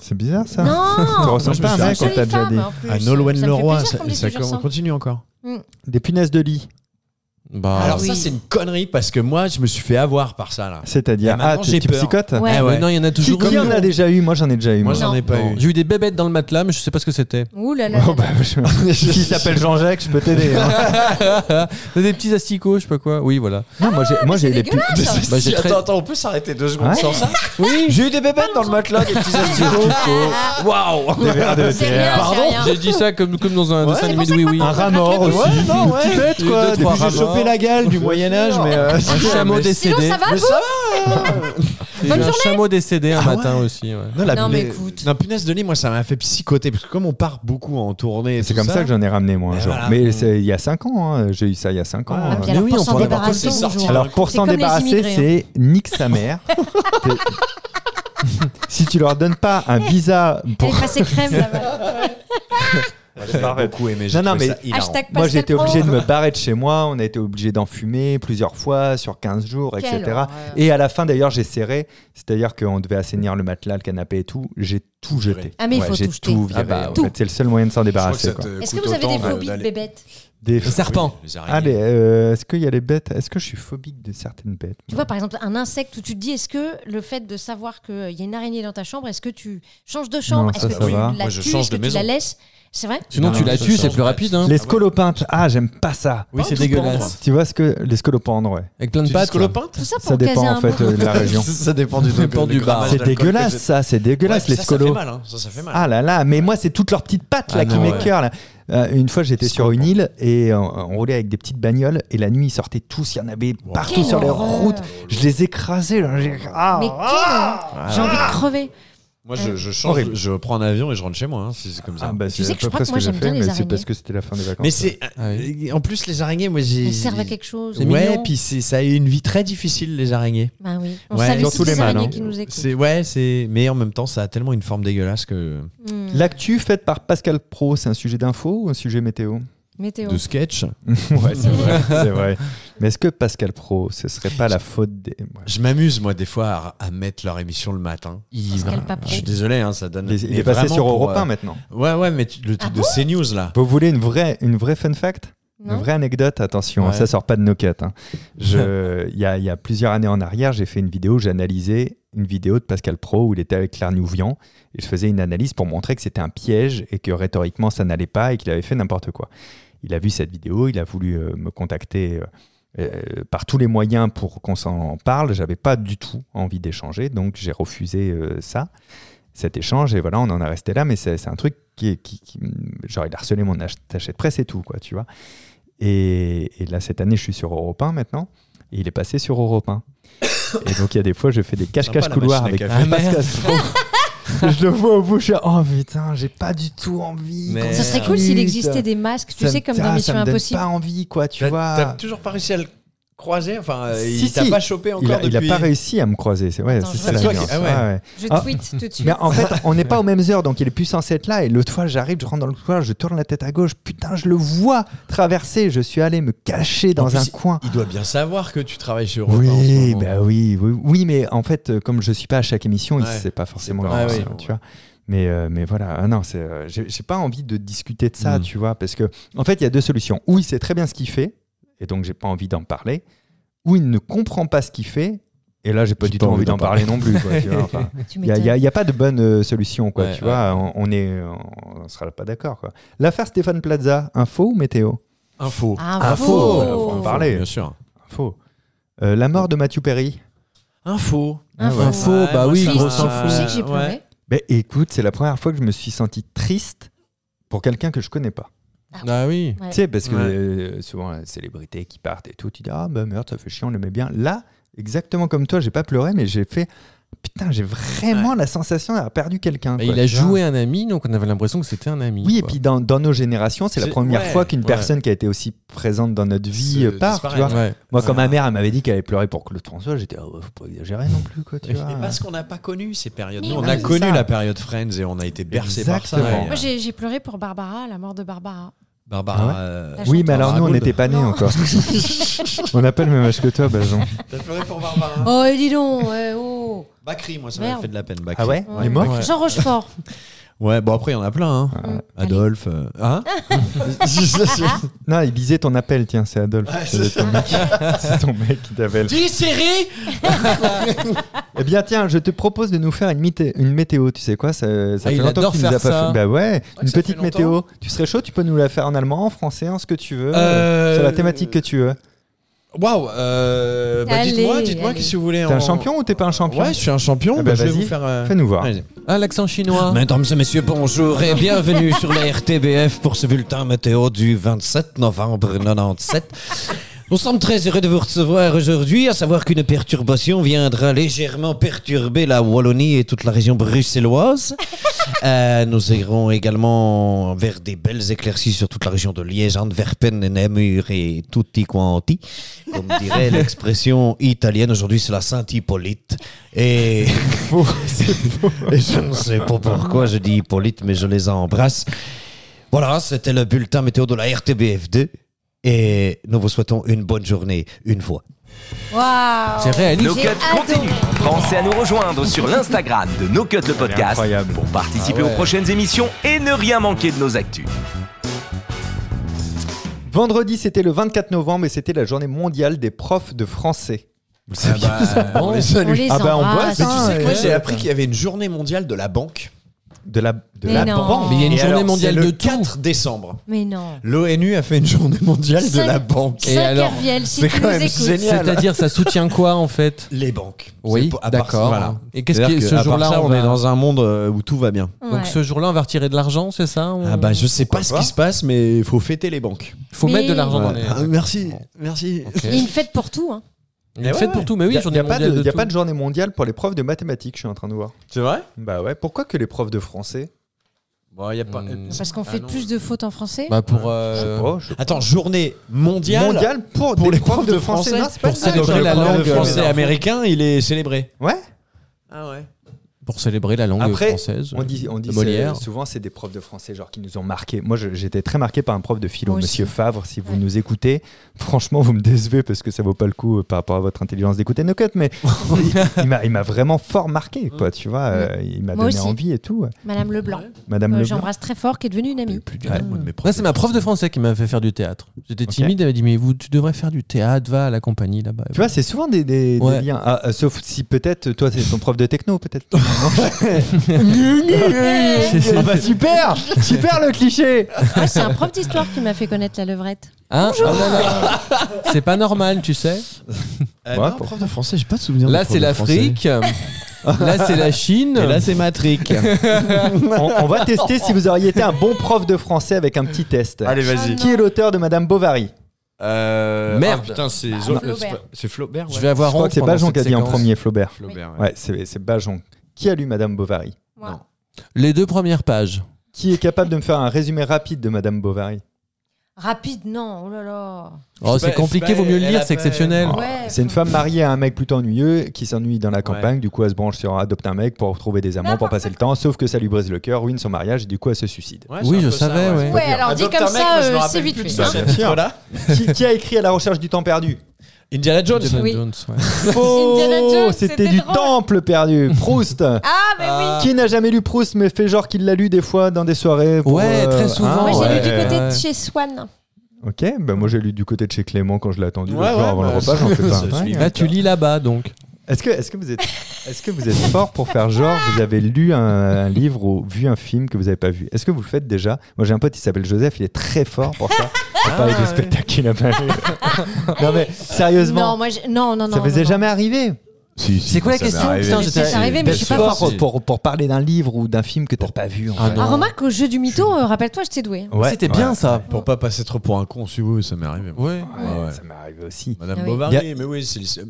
B: C'est bizarre ça. Tu
D: Non
B: ressembles
C: Moi, je
B: pas à un
C: me
B: mec
C: suis
B: quand t'as déjà des,
C: À Ah, Nolwenn Leroy,
D: Ça,
C: ça, ça continue encore.
B: des punaises de lit.
E: Bah,
C: Alors
D: oui.
C: ça c'est une connerie parce que moi je me suis fait avoir par ça là.
B: C'est-à-dire,
C: Et maintenant,
B: ah, tu
C: j'ai
B: tu
C: peur.
B: psychotes
D: Ouais.
E: mais
C: Ah ouais.
E: non, il y en a
B: Qui,
E: toujours
B: qui
E: eu.
B: en a déjà eu Moi j'en ai déjà eu. moi.
C: Moi j'en ai pas
E: Non,
C: eu.
E: J'ai eu des bébêtes dans le matelas, mais je sais pas ce que c'était.
D: Ouh là là. là
B: Oh, bah,
D: là.
B: je- S'il s'appelle Jean-Jacques, je peux t'aider. hein.
E: des petits asticots, je sais pas quoi. Oui, voilà.
B: Non, moi j'ai- moi, j'ai les pu-
E: Si, Bah, j'ai attends, très-
C: on peut s'arrêter deux
B: secondes sans
C: ça
E: Oui
C: J'ai eu des bébêtes dans le matelas, des petits Waouh
B: des verres de
D: C'est
B: terre.
D: rien, c'est rien.
E: J'ai dit ça comme, comme dans un dessin
D: C'est
E: animé de
D: pour ça
E: Oui
D: que
E: Oui.
D: maintenant,
B: Un rat mort aussi.
C: Ouais, non, ouais.
B: Bête,
E: Deux,
B: quoi.
E: trois
B: Depuis, j'ai
E: rats
B: chopé
C: couper la gale du Moyen-Âge, mais. euh,
E: Un chameau
D: Sinon,
E: décédé.
D: ça va,
C: mais
D: vous
C: ça
E: Il y a eu un chameau décédé un
C: Ah ouais.
E: matin aussi. ouais.
C: Non, la
D: Non, mais
C: les-
D: écoute.
C: la punaise de lit, moi, ça m'a fait psychoter. Parce que comme on part beaucoup en tournée, et
B: C'est
C: tout
B: comme ça que j'en ai ramené moi un
C: Mais
B: jour.
C: voilà.
B: Mais c'est il y a 5 ans, hein, j'ai eu ça il y a 5 ans.
C: Ah,
B: hein.
D: Ah, puis
C: mais
D: alors,
C: oui,
D: pour
C: on
D: s'en
C: pourrait avoir
D: débarrasser,
C: tous les
D: on
C: sorties.
D: joue à-
B: Alors pour
D: C'est
B: s'en
D: comme les
B: débarrasser,
D: immigrés, hein.
B: c'est nique sa mère. T'es- si tu leur donnes pas un visa
D: Elle
B: pour
D: est passée crème là-bas.
C: J'ai beaucoup aimé.
B: Non, non, mais-
D: Hashtag
B: Moi, j'ai
D: Pascal
B: été obligé de
D: Pro.
B: me barrer de chez moi. On a été obligé d'en fumer plusieurs fois sur 15 jours,
D: Quelle
B: etc.
D: horreur.
B: Et à la fin, d'ailleurs, j'ai serré. C'est-à-dire qu'on devait assainir le matelas, le canapé et tout. J'ai tout jeté.
D: Ah, mais il
B: Ouais,
D: faut
B: j'ai
D: tout jeter.
B: tout viré.
C: Ah bah,
B: en
D: tout.
B: fait. c'est le seul moyen de s'en
C: Ah,
B: débarrasser. quoi.
D: Est-ce que vous avez
B: bah,
D: des phobies de bébêtes
B: Des...
E: Les serpents.
B: Allez, euh, est-ce qu'il y a les bêtes Est-ce que je suis phobique de certaines bêtes
D: Tu vois, par exemple, un insecte où tu te dis, est-ce que le fait de savoir qu'il y a une araignée dans ta chambre, est-ce que tu changes de chambre
B: Non,
D: Est-ce
B: ça,
D: que
B: ça
D: tu
B: va.
D: la
F: Moi, je
D: tues
F: change
D: Est-ce que
F: de
D: tu la
F: maison.
D: laisses C'est vrai
E: Sinon,
B: Non,
E: tu la
F: ça
E: tues,
F: change,
E: c'est plus
F: ouais.
E: rapide. hein.
B: Les scolopintes. Ah, j'aime pas ça.
E: Oui, c'est dégueulasse.
B: Tu vois ce que les scolopendres, ouais.
E: Avec plein de
C: Tu
E: pattes.
C: dis scolopinte
D: Tout ça pour
B: Ça
D: caser
B: dépend
D: un
B: en fait
D: mot.
B: euh, de la région.
C: Ça dépend du
E: Ça dépend du
D: Ah,
E: bar.
B: C'est dégueulasse ça, c'est dégueulasse les
C: Ça fait
B: scolos.
C: mal, hein. ça, ça fait mal.
B: Ah là là, mais moi c'est toutes leurs petites pattes là
E: Ah
B: qui
E: non,
B: m'écœurent. là. Euh, une fois j'étais sur une île et euh, on roulait avec des petites bagnoles et la nuit ils sortaient tous, il y en avait partout
D: Quelle
B: sur les
D: horreur.
B: routes. Je les écrasais. Là, j'ai- ah,
D: Mais
B: ah
D: quelle- J'ai envie de crever.
C: Moi, je, je change,
B: Horrible.
C: je prends un avion et je rentre chez moi. hein, si c'est comme ça.
B: Ah, bah,
D: Tu
B: c'est
D: sais
B: à
D: que je
B: peu
D: crois
B: près
D: que
B: ce
D: moi,
B: j'ai
D: j'aime
B: fait,
D: bien les
B: mais c'est
D: araignées.
B: parce que c'était la fin des vacances.
C: mais c'est. euh,
E: Ah oui.
C: En plus, les araignées, moi, j'ai.
D: Ils servent à quelque chose.
E: C'est
C: Ouais,
E: mignon.
C: puis c'est- ça a eu une vie très difficile, les araignées.
D: Bah oui. On
C: Ouais,
D: salue
C: surtout
D: tous les
B: les mâles,
D: araignées
B: hein.
D: qui nous écoutent.
C: C'est ouais, c'est mais en même temps ça a tellement une forme dégueulasse que
D: Hmm.
B: L'actu faite par Pascal Pro, c'est un sujet d'info ou un sujet météo
D: Météo.
C: de sketch.
B: Ouais, c'est vrai, c'est vrai. Mais est-ce que Pascal Pro, ce serait pas la faute des. Ouais.
C: Je m'amuse moi des fois à, à mettre leur émission le matin. Ils-
D: Pascal Papro.
C: je suis désolé hein, ça donne.
B: Il est, il
C: mais
B: est passé
C: vraiment
B: sur
C: pour,
B: Europe 1
C: euh,
B: maintenant.
C: Ouais ouais, mais tu- le
D: Ah
C: truc de CNews là.
B: Vous voulez une vraie, une vraie fun fact Une
D: Non
B: vraie anecdote, attention,
C: Ouais.
B: ça sort pas de nos quêtes. hein. Je- Il y, a, il y a plusieurs années en arrière, j'ai fait une vidéo, j'ai analysé une vidéo de Pascal Pro où il était avec Claire Nouvian et je faisais une analyse pour montrer que c'était un piège et que rhétoriquement ça n'allait pas et qu'il avait fait n'importe quoi. Il a vu cette vidéo, il a voulu euh, me contacter euh, euh, par tous les moyens pour qu'on s'en parle. J'avais pas du tout envie d'échanger, donc j'ai refusé euh, ça, cet échange. Et voilà, on en a resté là, mais c'est c'est un truc qui, est- qui, qui- genre il a harcelé mon attaché de presse et tout, quoi, tu vois. Et, et là, cette année, je suis sur Europe 1 maintenant. Et il est passé sur Europe 1. Et donc, il y a des fois, je fais des cache-cache
C: la
B: couloirs avec
C: machine Ah, à
E: café.
B: Pascal Pro. je le vois au bout, je suis là, oh putain, j'ai pas du tout envie.
C: Mais-
D: Ça serait cool s'il existait des masques, tu sais, comme dans Mission Impossible.
B: pas envie, quoi, tu
C: T'as- T'as
B: vois.
C: toujours pas réussi à le croiser enfin euh,
B: Si,
C: il t'a
B: si.
C: pas chopé encore
B: Il a, il a
C: depuis-
B: pas réussi à me croiser, c'est ouais,
D: Attends,
B: c'est
D: je
B: ça la
C: vois.
B: nuance.
C: Ah ouais.
B: Ouais, ouais.
D: Je
B: Ah.
D: tweet tout de suite.
B: Mais en fait, on n'est pas aux mêmes heures, donc il est plus censé être là. Et l'autre fois, j'arrive, je rentre dans le couloir, je tourne la tête à gauche, putain, je le vois traverser. Je suis allé me cacher
C: En
B: dans
C: plus,
B: un
C: il-
B: coin.
C: Il doit bien savoir que tu travailles chez Europe 1 en ce
B: Oui,
C: moment.
B: bah oui, oui, oui, mais en fait, euh, comme je suis pas à chaque émission, il
C: Ouais.
B: sait pas forcément
C: C'est
B: leur
C: pas-
B: émission,
C: ah oui.
B: tu vois. Mais, euh, mais voilà, ah non, c'est, euh, j'ai j'ai pas envie de discuter de ça,
C: Mm.
B: tu vois, parce que en fait, il y a deux solutions. Ou il sait très bien ce qu'il fait, et donc j'ai pas envie d'en parler, ou il ne comprend pas ce qu'il fait, et là, j'ai pas du tout envie d'en parler non plus. quoi, tu vois, enfin.
D: Tu
B: Il n'y a,
D: m'étonnes.
B: y a- y a pas de bonne euh, solution, quoi,
E: Ouais,
B: tu
E: ouais.
B: vois. On, on est, on, on sera pas d'accord, quoi. L'affaire Stéphane Plaza, info ou météo
C: Info.
D: Ah,
B: Info.
D: faux.
B: Voilà, faut en parler.
C: Bien sûr.
B: Info. Euh, la mort de Mathieu Perry.
C: Info.
B: Ah ouais.
D: Info.
E: Info, bah
C: moi,
E: oui,
C: ça
D: Triste.
E: gros
C: me-
E: info.
D: Tu sais que j'ai
C: Ouais.
D: pleuré.
B: Ben écoute, c'est la première fois que je me suis senti triste pour quelqu'un que je connais pas.
E: Ah oui.
D: Ouais.
B: Tu sais, parce que
C: Ouais.
B: euh, souvent, les célébrités qui partent et tout, tu dis Ah, bah merde, ça fait chiant, on l'aimait bien. Là, exactement comme toi, j'ai pas pleuré, mais j'ai fait Putain, j'ai vraiment la sensation d'avoir perdu quelqu'un.
E: Bah,
B: quoi,
E: il a
B: tu vois.
E: joué un ami, donc on avait l'impression que c'était un ami.
B: Oui, et
E: quoi.
B: puis dans, dans nos générations, c'est la
C: C'est-
B: première
C: ouais,
B: fois qu'une
C: ouais.
B: personne qui a été aussi présente dans notre vie
C: Se
B: euh, part. tu
C: disparaître.
B: vois.
E: Ouais.
B: Moi, quand
C: Ouais.
B: ma mère, elle m'avait dit qu'elle avait pleuré pour Claude François, j'étais Ah, ouais, faut pas exagérer non plus, quoi, tu vois.
C: Mais parce qu'on n'a pas connu ces périodes.
D: Mais
C: Nous, on
D: oui,
C: a
D: c'est
C: connu
B: ça.
C: la période Friends et on a été bercés par ça.
B: Exactement.
D: Moi, j'ai j'ai pleuré pour Barbara, la mort de Barbara.
C: Barbara.
B: Ah
C: euh,
D: La
B: Oui, mais
D: chanteuse.
B: alors nous, on
C: Ragould.
B: n'était pas nés
D: Non.
B: encore. on n'a pas le même âge que toi, Bazon.
C: T'as pleuré pour Barbara hein.
D: Oh, et dis donc, ouais, oh.
C: Bakri, moi, ça
D: Merde.
C: m'a fait de la peine. Bakri.
B: Ah ouais
D: Ouais.
B: Et moi
E: Ouais.
D: Jean Rochefort.
C: Ouais, bon, après, il y en a plein. Hein.
D: Mm.
C: Adolphe. euh, Hein
B: Non, il disait ton appel, tiens, c'est Adolphe.
C: c'est
B: c'est ton mec. C'est ton mec qui t'appelle.
C: Dis, série
B: Eh bien, tiens, je te propose de nous faire une, mité- une météo. Tu sais quoi Ça, ça
E: Ah,
B: fait
E: il
B: longtemps
E: adore
B: que tu nous
E: faire
B: as pas
E: ça.
B: fait. Bah ouais, une
C: ça fait
B: petite
C: longtemps.
B: météo. Tu serais chaud, tu peux nous la faire en allemand, en français, en ce que tu veux,
C: Euh,
B: sur la thématique que tu veux.
C: Waouh euh, bah,
D: Allez,
C: Dites-moi, dites-moi,
D: allez.
C: qu'est-ce que vous voulez
B: T'es un
C: en-
B: champion ou t'es pas un champion
C: Ouais, je suis un
B: Eh
C: champion. bah,
B: ben,
C: je vais
B: vas-y.
C: vous faire. euh,
B: Fais-nous voir.
C: allez.
E: Ah, l'accent chinois.
F: Hein Mesdames et messieurs, bonjour et bienvenue sur la RTBF pour ce bulletin météo du 27 novembre 97. Nous sommes très heureux de vous recevoir aujourd'hui, à savoir qu'une perturbation viendra légèrement perturber la Wallonie et toute la région bruxelloise. Euh, nous irons également vers des belles éclaircies sur toute la région de Liège, Antwerpen, Namur et tutti quanti. Comme dirait l'expression italienne, aujourd'hui c'est la Sainte-Hippolyte. Et... et je ne sais pas pourquoi je dis Hippolyte, mais je les embrasse. Voilà, c'était le bulletin météo de la RTBF2. Et nous vous souhaitons une bonne journée, une fois.
D: Waouh
E: C'est réaliste.
D: J'ai
G: No Cut
D: adoré.
G: continue. Pensez à nous rejoindre sur l'Instagram de No Cut le podcast
B: incroyable.
G: pour participer
C: Ah
G: aux prochaines émissions et ne rien manquer de nos actus.
B: Vendredi, c'était le 24 novembre et c'était la journée mondiale des profs de français. Vous
F: Ah
B: le saviez
F: bah,
B: ça
C: On les salue.
D: On les
B: Ah bah, on
D: embrasse. hein.
C: Mais tu sais que moi
E: ouais,
C: j'ai
E: ouais.
C: appris qu'il y avait une journée mondiale de la banque.
B: De la, de
D: Mais
B: la
D: non.
B: banque.
E: Mais il y a une
C: Et
E: journée
C: alors,
E: mondiale
C: c'est le
E: de tout.
C: 4 décembre.
D: Mais non.
C: L'ONU a fait une journée mondiale de
D: Cinq-
C: la banque.
E: Et alors,
D: Kerviel, si
C: c'est
D: tu
C: quand
D: nous
C: même
D: écoutes.
C: génial.
E: C'est-à-dire, ça soutient quoi en fait
C: Les banques. C'est
E: Oui,
C: pour- à part-
E: d'accord.
C: Voilà.
E: Et qu'est-ce
C: C'est-à-dire
E: qui
C: que,
E: ce
C: à part
E: jour-là
C: ça, on
E: va-
C: est dans un monde euh, où tout va bien.
D: Ouais.
E: Donc ce jour-là, on va retirer de l'argent, c'est ça On-
C: Ah bah je sais pas
B: Pourquoi
C: ce
B: pas
C: qui se passe, mais il faut fêter les banques.
E: Faut
D: Mais-
E: mettre de l'argent dans
C: Ouais.
E: les.
C: Ah, merci, merci.
D: Il y a une fête pour tout. Hein.
C: Eh Ah
E: Une fête pour tout, mais oui,
B: il n'y
E: journée
B: a, pas
E: mondiale
B: de-
E: de
B: y a
E: tout.
B: pas de journée mondiale pour les profs de mathématiques, je suis en train de voir.
C: C'est vrai
B: Bah ouais, pourquoi que les profs de français
C: Bon, y a pas...
E: Hmm.
D: Parce qu'on
C: Ah
D: fait
C: non.
D: plus de fautes en français.
E: Bah pour
B: Je sais
E: euh,
B: pas, je-
C: Attends, journée mondiale,
B: Mondiale pour,
C: pour
B: des
C: les profs de français,
B: Non, c'est pas
E: pour
B: une blague.
E: célébrer la
B: Pour les
E: langue
B: profs de
E: française.
C: français américain, il est célébré.
B: Ouais.
C: Ah ouais.
E: pour célébrer la langue
B: Après,
E: française.
B: On dit, on dit
E: de
B: c'est-
E: Molière.
B: souvent c'est des profs de français genre qui nous ont marqué. Moi je- j'étais très marqué par un prof de philo,
D: Moi aussi.
B: Monsieur Favre. Si vous
D: Ouais.
B: nous écoutez, franchement vous me décevez parce que ça vaut pas le coup euh, par rapport à votre intelligence d'écouter nos cuts, mais il, il m'a- il m'a vraiment fort marqué quoi. Tu vois, euh, il m'a
D: Moi
B: donné
D: aussi.
B: envie et tout. euh,
D: Madame Leblanc,
B: Madame
D: euh,
B: Leblanc.
D: j'embrasse très fort, qui est devenue une amie.
E: Moi, c'est ma prof de français qui m'a fait faire du théâtre. J'étais timide, elle m'a dit Mais vous, tu devrais faire du théâtre, va à la compagnie là-bas.
B: Tu vois, c'est souvent des, des- des
E: Ouais.
B: liens. Ah, euh, sauf si peut-être toi c'est ton prof de techno peut-être. Ah bah super, super le cliché.
D: Moi, Ah, c'est un prof d'histoire qui m'a fait connaître la levrette.
E: Hein Ah là là. C'est pas normal, tu sais.
B: Ouais,
C: non,
B: pour-
C: Ah, prof de français, j'ai pas de souvenir.
E: Là,
C: de prof
E: c'est
C: de français.
E: l'Afrique. là, c'est la Chine.
C: Et là, c'est Matrick.
B: on, on va tester si vous auriez été un bon prof de français avec un petit test.
D: vas-y.
B: Qui est l'auteur de Madame Bovary
C: Euh,
E: Merde.
C: ah, putain, c'est
D: Flaubert.
C: euh, c'est pas- c'est Flaubert.
E: Je vais avoir
B: Je crois
E: honte
B: que c'est
E: pendant
B: Bajon
E: cette
B: qui a dit en
E: séquence.
B: premier Flaubert.
C: Flaubert. ouais.
B: Ouais, c'est c'est Bajon. Qui a lu Madame Bovary
D: Moi.
C: Non.
E: Les deux premières pages.
B: Qui est capable de me faire un résumé rapide de Madame Bovary
D: Rapide, non, oh là là.
E: Oh,
C: sais
E: c'est
C: pas, je
E: compliqué,
C: sais pas,
E: vaut mieux le
C: elle
E: lire,
C: a
E: c'est
C: pas-
E: exceptionnel.
B: Oh,
D: Ouais.
B: C'est une femme mariée à un mec plutôt ennuyeux qui s'ennuie dans la campagne. Du coup, elle se branche sur adopte un mec pour retrouver des amants, pour passer le temps. Sauf que ça lui brise le cœur, ruine son mariage et du coup, elle se suicide.
C: Ouais,
E: Oui,
C: c'est un
E: je
C: peu ça,
E: savais, ouais.
D: Ouais, alors dit
C: Adopte Ah, un
D: comme
C: mec,
D: ça,
C: moi, je me
D: euh,
C: rappelle
D: c'est vite
C: plus de
D: fait.
C: ce
D: hein.
B: bien
C: chapitre-là.
B: qui, qui a écrit à la recherche du temps perdu
C: Indiana Jones.
E: Indiana
D: Oui.
E: Jones, ouais.
D: Indiana Jones,
B: Oh, C'était
D: c'était
B: du
D: drôle.
B: temple perdu. Proust
D: Ah, mais oui
B: Qui n'a jamais lu Proust mais fait genre qu'il l'a lu des fois dans des soirées pour,
E: Ouais, très
B: hein,
E: souvent,
D: Moi, j'ai
E: ouais.
D: lu du côté de
E: ouais.
D: chez Swan.
B: Ok, ben moi j'ai lu du côté de chez Clément quand je l'ai attendu
C: Ouais,
B: le jour
C: ouais,
B: avant le
C: bah,
B: repas, j'en fais pas. un
C: je suis
B: dingue.
E: Là, tu lis là-bas, donc.
B: Est-ce que, est que vous êtes, est-ce que vous êtes fort pour faire genre vous avez lu un, un livre ou vu un film que vous n'avez pas vu Est-ce que vous le faites déjà Moi j'ai un pote qui s'appelle Joseph, il est très fort pour ça.
E: Ah.
B: Il a parlé du spectacle qu'il a pas vu. non mais
D: Non,
B: sérieusement,
D: moi, j'ai- non, non, non.
B: ça vous
D: non,
B: est
D: non.
B: jamais arrivé
E: C'est quoi la question Putain,
D: Mais
E: j'étais-
D: c'est arrivé, mais je suis pas
B: fort
D: forte.
B: pour, pour parler d'un livre ou d'un film que t'as pas vu. en
E: Ah
B: fait.
E: non.
D: Ah, remarque, au jeu du mytho, euh, rappelle-toi, je t'ai doué.
B: Ouais,
E: C'était
B: ouais.
E: bien ça.
C: Pour pas passer trop pour un con, si oui, ça m'est arrivé.
E: Ouais.
B: Ouais,
C: Ah ouais.
B: Ça m'est arrivé aussi.
C: Madame
D: Ah oui.
C: Bovary,
B: Y a-
C: mais oui, c'est l'his-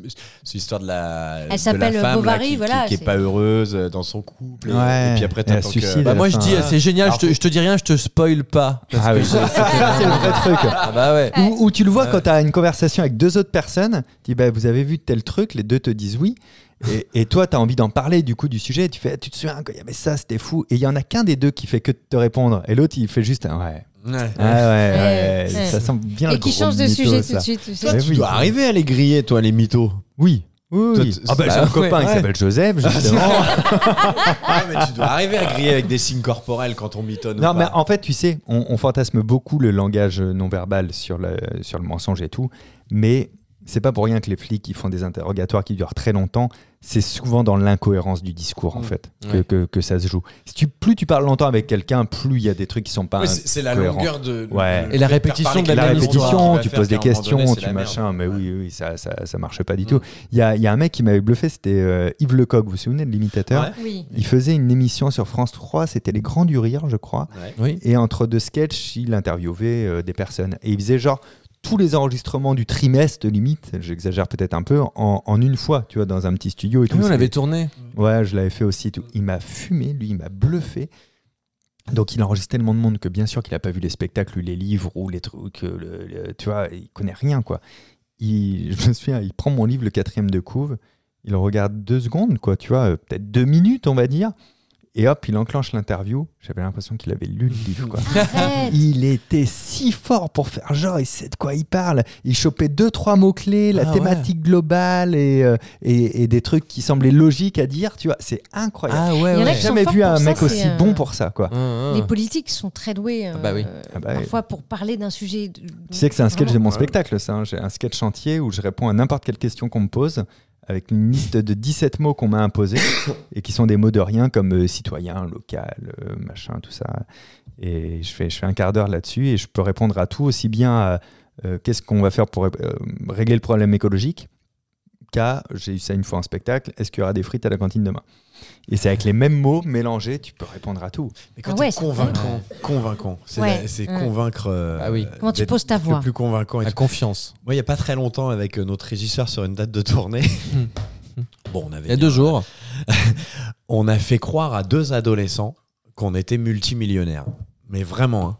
C: c'est l'histoire de la, de la
D: s'appelle
C: femme là,
D: Bovary,
C: qui, qui-
D: voilà,
C: qui est
D: c'est-
C: pas heureuse euh, dans son couple. et-
B: Ouais.
C: Et puis après,
B: Et elle
C: t'attends
B: suicide.
C: que...
E: Bah,
B: la
E: moi, je
B: fin.
E: dis, c'est génial, je te,
C: Alors,
E: je te dis rien, je te spoil pas.
B: Ah oui, ça c'est le vrai truc.
E: Ah bah ouais.
B: Ou, ou tu le vois quand tu as une conversation avec deux autres personnes, tu dis bah, vous avez vu tel truc, les deux te disent oui, et, et toi tu as envie d'en parler du coup du sujet, et tu fais ah, tu te souviens quand il y avait ça, c'était fou, et il y en a qu'un des deux qui fait que de te répondre, et l'autre il fait juste un ouais.
C: Ouais.
B: Ah ouais, ouais,
D: Ouais.
B: ça sent bien le
D: Et qui
B: gros
D: change de
B: mytho,
D: sujet tout
B: ça.
D: de suite, tu sais.
C: Toi,
B: Mais
C: tu
B: Eh oui.
C: dois arriver à les griller, toi, les mythos.
B: Oui. Oui,
C: Toi,
B: oui.
C: tu-
B: Ah bah,
C: bah,
B: j'ai un Ah,
E: ouais,
B: copain qui
E: ouais.
B: s'appelle Joseph, justement.
C: Ah, mais tu dois arriver à griller avec des signes corporels quand on mitonne.
B: Non, mais en fait, tu sais, on, on fantasme beaucoup le langage non verbal sur le, sur le mensonge et tout, mais c'est pas pour rien que les flics ils font des interrogatoires qui durent très longtemps. C'est souvent dans l'incohérence du discours,
C: Mm.
B: en fait, que,
E: Ouais.
B: que- que ça se joue. Si tu, plus tu parles longtemps avec quelqu'un, plus il y a des trucs qui sont pas.
C: c'est la
B: cohérent.
C: longueur de.
B: Ouais.
C: de-
E: Et la
C: de
E: répétition
C: faire
E: de
B: la,
C: parler quelqu'un qui
B: répétition,
C: va
B: tu
C: faire
B: poses des
C: qu'à un moment
B: questions,
C: donné, c'est
B: tu
C: la merde.
B: machin, mais oui, oui, ça, ça, ça marche pas du
C: Mm.
B: tout. Il y a, il y a un mec qui m'avait bluffé, c'était euh, Yves Lecoq, vous vous souvenez de l'imitateur
C: Ouais.
D: Oui.
B: Il faisait une émission sur France 3, c'était Les Grands du Rire, je crois.
C: Ouais.
E: Oui.
B: Et entre deux sketchs, il interviewait euh, des personnes. Et il faisait genre tous les enregistrements du trimestre, limite, j'exagère peut-être un peu, en, en une fois, tu vois, dans un petit studio et tout.
E: Nous, Ah on
B: C'est-
E: l'avait tourné.
B: Ouais, je l'avais fait aussi. et Tout. Il m'a fumé, lui, il m'a bluffé. Donc il a enregistré tellement de monde que bien sûr qu'il n'a pas vu les spectacles, ou les livres ou les trucs, euh, le- le- tu vois, il connaît rien quoi. Il, je me souviens, il prend mon livre, le quatrième de couve, il le regarde deux secondes quoi, tu vois, euh, peut-être deux minutes on va dire, et hop, il enclenche l'interview. J'avais l'impression qu'il avait lu le livre quoi.
D: Arrête.
B: Il était si fort pour faire genre, il sait de quoi il parle. Il chopait deux, trois mots-clés, la
E: Ah
B: thématique globale et, euh, et, et des trucs qui semblaient logiques à dire, tu vois. C'est incroyable.
E: Ah ouais,
D: Il y en a
E: ouais.
B: J'ai
D: qui sont
B: jamais
D: forts
B: vu
D: pour
B: un
D: ça,
B: mec
D: c'est,
B: aussi
D: euh,
B: bon pour ça, quoi.
E: Hein, hein.
D: Les politiques sont très doués. euh,
E: Ah bah oui.
D: euh,
B: Ah bah oui.
D: Parfois pour parler d'un sujet. de-
B: Tu sais que c'est un sketch de
D: vraiment.
B: mon spectacle, ça. hein. J'ai un sketch entier où je réponds à n'importe quelle question qu'on me pose avec une liste de 17 mots qu'on m'a imposés et qui sont des mots de rien comme euh, citoyen, local, euh, machin, tout ça. Et je fais, je fais un quart d'heure là-dessus et je peux répondre à tout, aussi bien à euh, qu'est-ce qu'on va faire pour euh, régler le problème écologique qu'à, j'ai eu ça une fois en spectacle, est-ce qu'il y aura des frites à la cantine demain Et c'est avec les mêmes mots mélangés, tu peux répondre à tout.
C: Mais quand
D: Ah
C: t'es
D: ouais, c'est
C: convaincant, convaincant, c'est
D: Ouais.
C: la- c'est
D: Ouais.
C: convaincre. euh,
E: Ah oui. Ah.
D: Comment tu
C: d'être
D: poses ta voix
C: Le plus convaincant. et
E: La
C: tout.
E: confiance.
C: Moi, il n'y a pas très longtemps, avec euh, notre régisseur sur une date de tournée. bon, on avait.
E: Il y a
C: dit,
E: deux
C: hein,
E: jours.
C: On a fait croire à deux adolescents qu'on était multimillionnaires. Mais vraiment, hein.